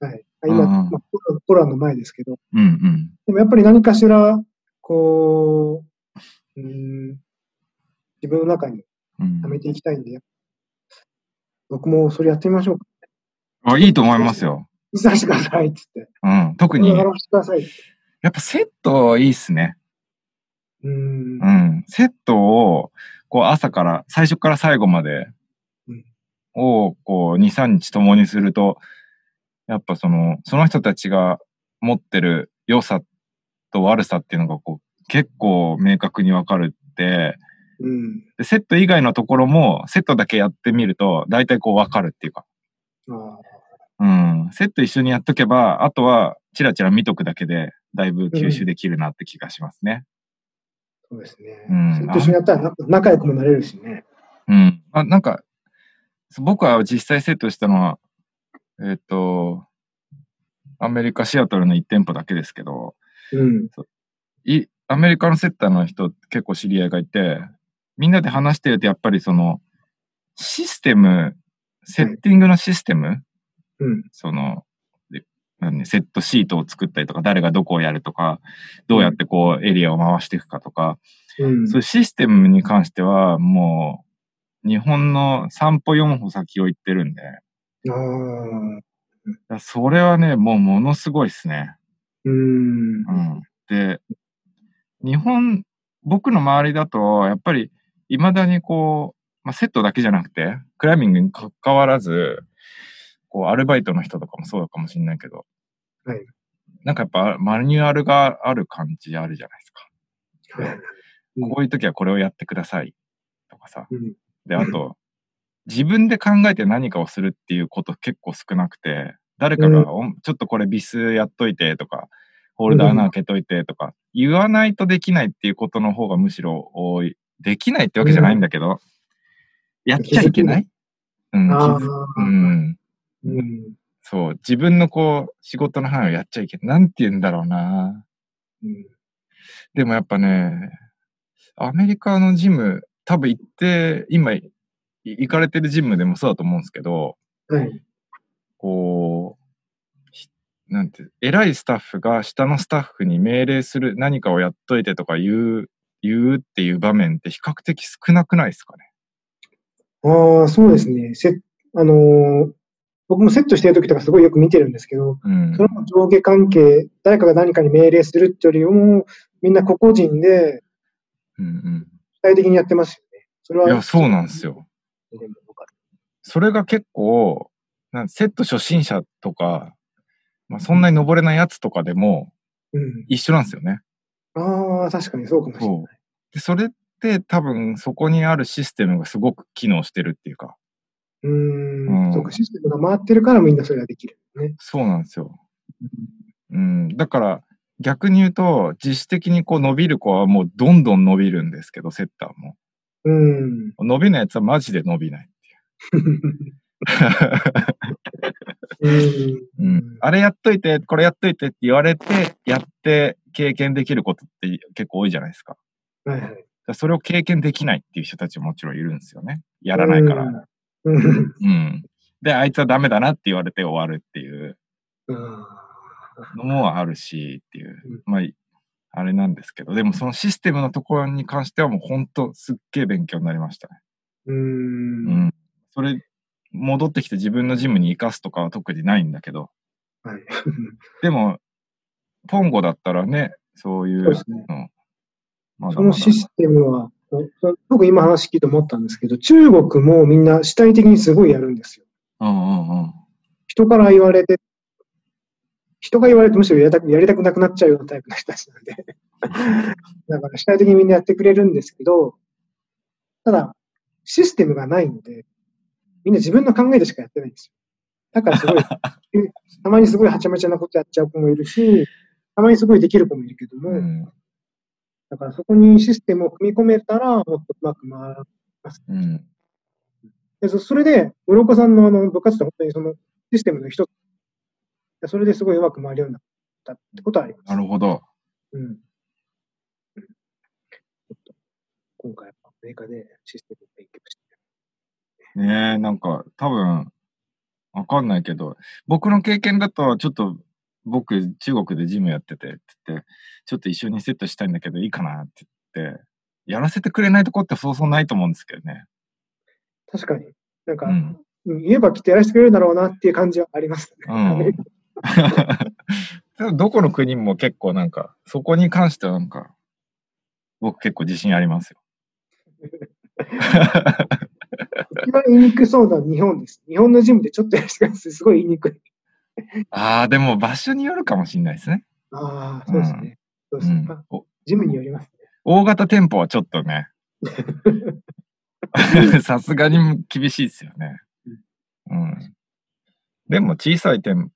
Speaker 1: はい。今、
Speaker 2: うんうん
Speaker 1: まあ、コロナコロナの前ですけど。
Speaker 2: うんうん。
Speaker 1: でもやっぱり何かしら、こう、うん、自分の中に
Speaker 2: うん
Speaker 1: 貯めていきたいんで、僕もそれやってみましょうか。
Speaker 2: あ、いいと思いますよ。
Speaker 1: 見させてくださいって言って。
Speaker 2: うん。
Speaker 1: こ
Speaker 2: 特に、
Speaker 1: れ
Speaker 2: や
Speaker 1: やらせてくださいって。
Speaker 2: っぱセットいいっすね。
Speaker 1: うん
Speaker 2: う。ん。セットを、こう朝から、最初から最後まで
Speaker 1: うん
Speaker 2: を、こう、2、3日共にすると、やっぱその、その人たちが持ってる良さと悪さっていうのが、こう、結構明確にわかるって、
Speaker 1: うん。
Speaker 2: で、セット以外のところも、セットだけやってみると、大体こう分かるっていうか。
Speaker 1: あ
Speaker 2: うん。セット一緒にやっとけば、あとは、チラチラ見とくだけで、だいぶ吸収できるなって気がしますね。
Speaker 1: そうですね。
Speaker 2: うん
Speaker 1: それと一緒にやったらな仲良くもなれるしね。
Speaker 2: うん。あ、なんか、そう僕は実際セットしたのは、えっ、と、アメリカ・シアトルの1店舗だけですけど、
Speaker 1: うん。
Speaker 2: い、アメリカのセッターの人結構知り合いがいて、みんなで話してるとやっぱりその、システム、セッティングのシステム、
Speaker 1: うん。
Speaker 2: その、でなんね、セットシートを作ったりとか、誰がどこをやるとか、どうやってこうエリアを回していくかとか、
Speaker 1: うん。
Speaker 2: そういうシステムに関しては、もう、日本の3歩4歩先を行ってるんで、
Speaker 1: ああ。
Speaker 2: いやそれはね、もうものすごいですね。
Speaker 1: うん。
Speaker 2: うん。で、日本、僕の周りだと、やっぱり、未だにこう、まあ、セットだけじゃなくて、クライミングに関わらず、こう、アルバイトの人とかもそうかもしれないけど、
Speaker 1: はい。
Speaker 2: なんかやっぱ、マニュアルがある感じあるじゃないですか。
Speaker 1: うん
Speaker 2: こういう時はこれをやってください。とかさ。
Speaker 1: うん。
Speaker 2: で、あと、自分で考えて何かをするっていうこと結構少なくて、誰かが、おちょっとこれビスやっといてとか、ホールダー穴開けといてとか、言わないとできないっていうことの方がむしろ多い。できないってわけじゃないんだけど、やっちゃいけないうん、
Speaker 1: ああ
Speaker 2: 気づ。うん。
Speaker 1: うん。
Speaker 2: そう、自分のこう、仕事の範囲をやっちゃいけない。なんて言うんだろうな。
Speaker 1: うん。
Speaker 2: でもやっぱね、アメリカのジム、多分行って、今、い行かれてるジムでもそうだと思うんですけど、
Speaker 1: はい。
Speaker 2: こう、ひなんて、偉いスタッフが下のスタッフに命令する、何かをやっといてとか言う、言うっていう場面って比較的少なくないですかね。
Speaker 1: ああ、そうですね。せあのー僕もセットしてる時とかすごいよく見てるんですけど、
Speaker 2: うん
Speaker 1: そ。れも上下関係、誰かが何かに命令するってよりも、みんな個々人で
Speaker 2: うん
Speaker 1: 主体的にやってますよね。それ
Speaker 2: うん、
Speaker 1: は。
Speaker 2: いや、そうなんですよ。
Speaker 1: でも僕は
Speaker 2: それが結構、なんセット初心者とか、まあ、そんなに登れないやつとかでも
Speaker 1: うん。
Speaker 2: 一緒なんですよね。
Speaker 1: ああ、確かにそうかもしれない。
Speaker 2: で、それって多分そこにあるシステムがすごく機能してるっていうか、
Speaker 1: うー
Speaker 2: うん
Speaker 1: ん。そうか、システムが回ってるからみんなそれができるね。
Speaker 2: そうなんですよ。うん、だから逆に言うと、自主的にこう伸びる子はもうどんどん伸びるんですけど、セッターも。
Speaker 1: うん。
Speaker 2: 伸びないやつはマジで伸びない。
Speaker 1: うん。
Speaker 2: うん、あれやっといて、これやっといてって言われて、やって経験できることって結構多いじゃないですか。だか
Speaker 1: はいはい。
Speaker 2: らそれを経験できないっていう人たちももちろんいるんですよね。やらないから。
Speaker 1: うん。
Speaker 2: うん。で、あいつはダメだなって言われて終わるっていう。
Speaker 1: うん。
Speaker 2: のもあるしっていう
Speaker 1: うん、
Speaker 2: まあ、いあれなんですけど、でもそのシステムのところに関してはもう本当すっげえ勉強になりましたね。
Speaker 1: う。
Speaker 2: うんん。それ、戻ってきて自分のジムに生かすとかは特にないんだけど、
Speaker 1: はい。
Speaker 2: でも、ポンゴだったらね、そうい
Speaker 1: そうで
Speaker 2: う
Speaker 1: すね。
Speaker 2: の、ま
Speaker 1: そのシステムは、僕今話聞いて思ったんですけど、中国もみんな主体的にすごいやるんですよ。
Speaker 2: うんうんうん。
Speaker 1: 人から言われて、人が言われてむしろやりたくやりたくなくなっちゃうようなタイプの人たちなん で。だから主体的にみんなやってくれるんですけど、ただ、システムがないんで、みんな自分の考えでしかやってないんですよ。だからす ごい、たまにすごいはちゃめちゃなことやっちゃう子もいるし、たまにすごいできる子もいるけども、
Speaker 2: うん。
Speaker 1: だからそこにシステムを組み込めたら、もっとうまく回る。
Speaker 2: うん。
Speaker 1: でそそれで、室岡さんのあの部活って本当にそのシステムの一つ。でそれですごいうまく回るようになったってことはあります。
Speaker 2: なるほど。
Speaker 1: うん。ちょっと今回はアメリカでシステムを勉強して。
Speaker 2: ねえ、なんか、多分、わかんないけど、僕の経験だと、ちょっと、僕、中国でジムやってて、って言って、ちょっと一緒にセットしたいんだけど、いいかなって言って、やらせてくれないとこってそうそうないと思うんですけどね。
Speaker 1: 確かに。なんか、
Speaker 2: うん。
Speaker 1: うん言えばきっとやらせてくれるんだろうなっていう感じはありますね。
Speaker 2: うん。でも どこの国も結構なんか、そこに関してはなんか、僕結構自信ありますよ。
Speaker 1: 一番言いにくそうなのは日本です。日本のジムでちょっとやらせてください。すごい言いにくい。
Speaker 2: ああ、でも場所によるかもしれないですね。
Speaker 1: ああ、そうですね。そう
Speaker 2: う
Speaker 1: ですね。
Speaker 2: ん
Speaker 1: まあ、
Speaker 2: お
Speaker 1: ジムによります。
Speaker 2: 大型店舗はちょっとね、さすがに厳しいですよね。うん。でも小さい店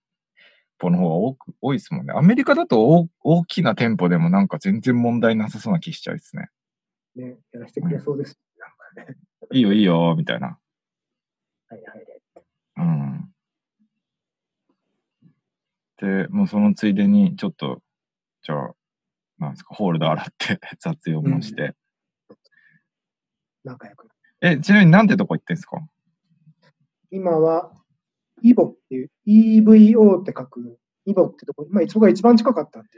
Speaker 2: 舗の方が多く多いですもんね。アメリカだと大大きな店舗でもなんか全然問題なさそうな気しちゃうですね。
Speaker 1: ね、やらせてくれそうです。なんかね。
Speaker 2: いいよいいよ、みたいな。
Speaker 1: はいはい。
Speaker 2: うん。で、もうそのついでにちょっと、じゃあ、なんですか、ホールド洗って 雑用もして。
Speaker 1: 仲良くなる。
Speaker 2: え、ちなみになんてとこ行ってんすか
Speaker 1: 今は、イボっていう、EVO って書くイボってとこに、まあ、いつもが一番近かったんで、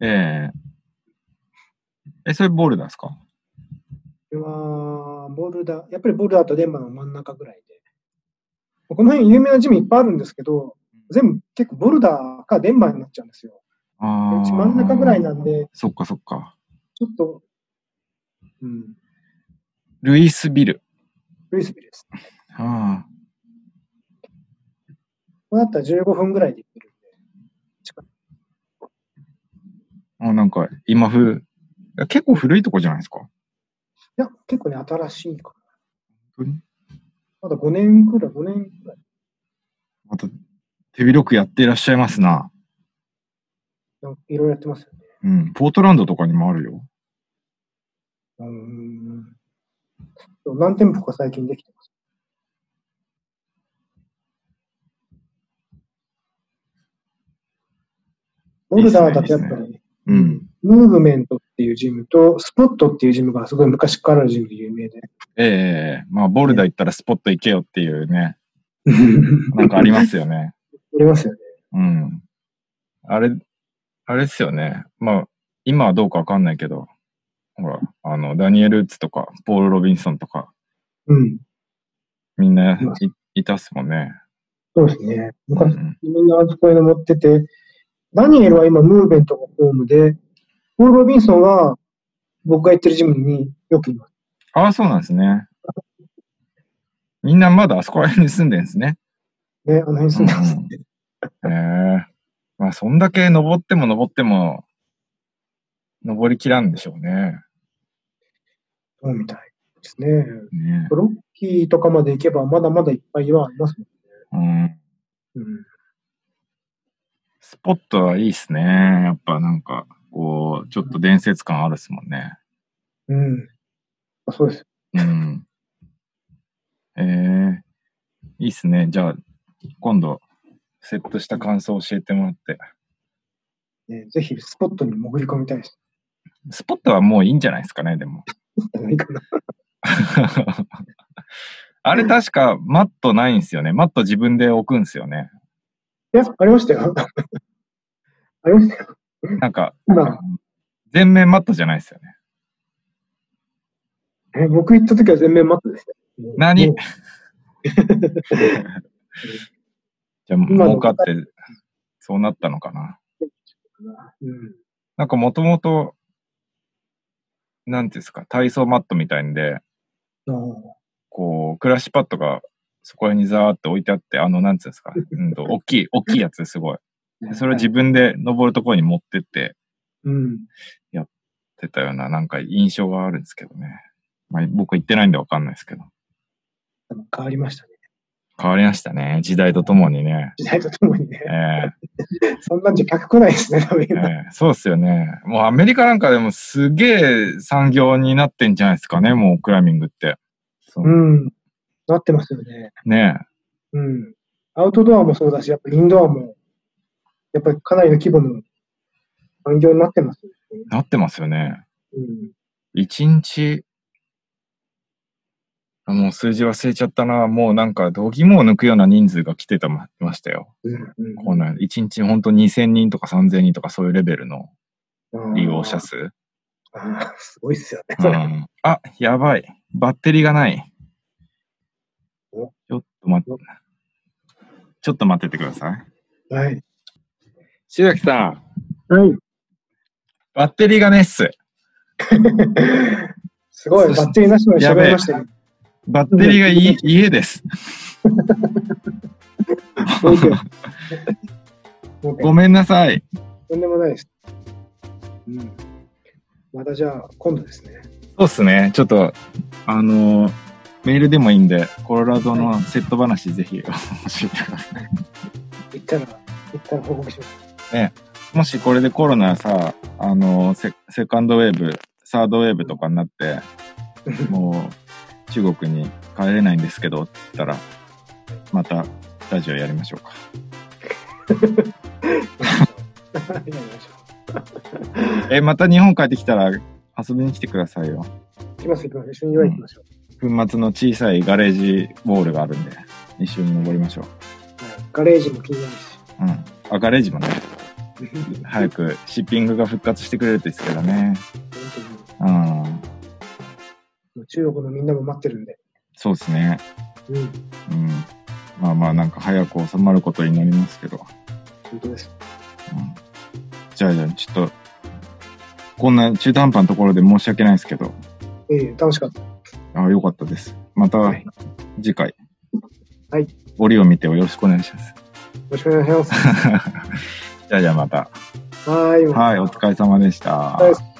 Speaker 2: えええ、それボールダーですか
Speaker 1: これは、ボルダー、やっぱりボルダーとデンバーの真ん中ぐらいで、この辺有名なジムいっぱいあるんですけど、全部結構ボルダーかデンバーになっちゃうんですよ。
Speaker 2: あ
Speaker 1: う
Speaker 2: あ。
Speaker 1: ち真ん中ぐらいなんで、
Speaker 2: そっかそっか。
Speaker 1: ちょっと、うん、
Speaker 2: ルイスビル。
Speaker 1: フリスビーです。
Speaker 2: ああ。
Speaker 1: これだったら15分ぐらいで行けるんで、
Speaker 2: あなんか、今風。いや結構古いとこじゃないですか。
Speaker 1: いや、結構ね、新しいか
Speaker 2: 当に
Speaker 1: な。まだ5年くらい、5年くらい。
Speaker 2: また、手広くやっていらっしゃいますな。
Speaker 1: なんかいろいろやってますよね。
Speaker 2: うん。ポートランドとかにもあるよ。
Speaker 1: うーん。何店舗か最近できてます。ボルダーだとやっぱり、
Speaker 2: うん。
Speaker 1: ムーブメントっていうジムと、スポットっていうジムがすごい昔からあるジムで有名で。
Speaker 2: ええええまあ、ボルダー行ったらスポット行けよっていうね、なんかありますよね。
Speaker 1: ありますよね。
Speaker 2: うん。あれ、あれですよね。まあ、今はどうかわかんないけど、ほら、あの、ダニエル・ウッズとか、ポール・ロビンソンとか、
Speaker 1: うん。
Speaker 2: みんない
Speaker 1: ま
Speaker 2: いたっすもんね。
Speaker 1: そうですね。
Speaker 2: う
Speaker 1: 昔、
Speaker 2: ん、
Speaker 1: みんなあそこへ登ってて、ダニエルは今、ムーブメントがホームで、ポール・ロビンソンは、僕が行ってるジムによくいます。
Speaker 2: ああ、そうなんですね。みんなまだあそこら辺に住んでるんですね。
Speaker 1: ね、あの辺住んでます。
Speaker 2: うんへえまあ、そんだけ登っても登っても、登りきらんでしょうね。
Speaker 1: そうみたいですね。
Speaker 2: ね
Speaker 1: ロッキーとかまで行けば、まだまだいっぱいはありますも
Speaker 2: うん
Speaker 1: ん。うん。
Speaker 2: スポットはいいっすね。やっぱなんか、こう、ちょっと伝説感あるっすもんね。
Speaker 1: うん。あそうです。
Speaker 2: うん。ええいいっすね。じゃあ、今度、セットした感想を教えてもらって。
Speaker 1: ね、ぜひ、スポットに潜り込みたいです。
Speaker 2: スポットはもういいんじゃないですかね、でも。
Speaker 1: いいかな。
Speaker 2: あれ確か、マットないんすよね。マット自分で置くんすよね。
Speaker 1: いや、ありましたよ。 ありましたよ。
Speaker 2: なんか、
Speaker 1: 今、
Speaker 2: 全面マットじゃないっすよね。
Speaker 1: え僕行った時は全面マットでしたよ。
Speaker 2: 何
Speaker 1: も
Speaker 2: じゃあ、
Speaker 1: 今の
Speaker 2: 儲かって、そうなったのかな。
Speaker 1: ううん。
Speaker 2: なんかもともと、なんていうんですか、体操マットみたいんで、
Speaker 1: ああ
Speaker 2: こう、クラッシュパッドがそこら辺にザーって置いてあって、あの、なんていうんですか、うん と、大きい、大きいやつすごい。でそれを自分で登るところに持ってって、
Speaker 1: うん。
Speaker 2: ってたような、なんか印象があるんですけどね。まあ、僕行ってないんでわかんないですけど。
Speaker 1: 変わりましたね。
Speaker 2: 変わりましたね。時代とともにね。
Speaker 1: 時代とともにね
Speaker 2: え。え
Speaker 1: そんなんじゃ客来ないですね、多分
Speaker 2: ええそうっすよね。もうアメリカなんかでもすげえ産業になってんじゃないですかね、もうクライミングって。そう
Speaker 1: うん。なってますよね。
Speaker 2: ねえ
Speaker 1: うん。アウトドアもそうだし、やっぱりインドアも、やっぱりかなりの規模の環境になってますよね。
Speaker 2: なってますよね。
Speaker 1: うん。
Speaker 2: 一日、あもう数字忘れちゃったな。もうなんか、度肝を抜くような人数が来てたまましたよ。
Speaker 1: うん
Speaker 2: こんな、一日本当2000人とか3000人とかそういうレベルの利用者。数。
Speaker 1: あーあーすごいっすよね。
Speaker 2: う
Speaker 1: それ
Speaker 2: ん、あ、やばい。バッテリーがない。ち
Speaker 1: お
Speaker 2: ょっと待って。ちょっと待っててください。
Speaker 1: はい。
Speaker 2: し崎さん、
Speaker 1: はい。
Speaker 2: バッテリーがねっす。
Speaker 1: すごい、
Speaker 2: そし
Speaker 1: バッテリーなしの喋りましたね。
Speaker 2: バッテリーがい家です。
Speaker 1: もう一回もう一
Speaker 2: ご
Speaker 1: 回
Speaker 2: めんなさい。
Speaker 1: とんでもないです。うん。またじゃあ、今度ですね。
Speaker 2: そうっすね。ちょっと、あのーメールでもいいんで、コロラドのセット話ぜひ 教えてくださ
Speaker 1: 行ったら、行ったら報告します。
Speaker 2: い。もしこれでコロナさ、あのーセ、セカンドウェーブ、サードウェーブとかになって、もう中国に帰れないんですけど、って言ったら、またラジオやりましょうか。
Speaker 1: やりましょ
Speaker 2: え、また日本帰ってきたら遊びに来てくださいよ。
Speaker 1: う。行きます、行きます。一緒に祝い行きましょう。
Speaker 2: 粉末の小さいガレージボールがあるんで、一緒に登りましょう。
Speaker 1: はいガレージも気になるし。
Speaker 2: うん。あ、ガレージもね。早くシッピングが復活してくれるといいですけどね。
Speaker 1: 本
Speaker 2: うん。
Speaker 1: 当に。中国のみんなも待ってるんで。
Speaker 2: そうですね。
Speaker 1: うん。
Speaker 2: うん。まあまあ、なんか早く収まることになりますけど。
Speaker 1: 本当です。
Speaker 2: うんじゃあじゃあ、ちょっと、こんな中途半端なところで申し訳ないですけど、
Speaker 1: ええ楽しかった。
Speaker 2: あよかったです。また
Speaker 1: はいよ
Speaker 2: 次回、
Speaker 1: はい。
Speaker 2: 折を見てをよろしくお願いします。
Speaker 1: ろしくお願いします。
Speaker 2: じゃあじゃあまた。
Speaker 1: はーい。
Speaker 2: はい、お疲れ様でした。
Speaker 1: お疲れ様です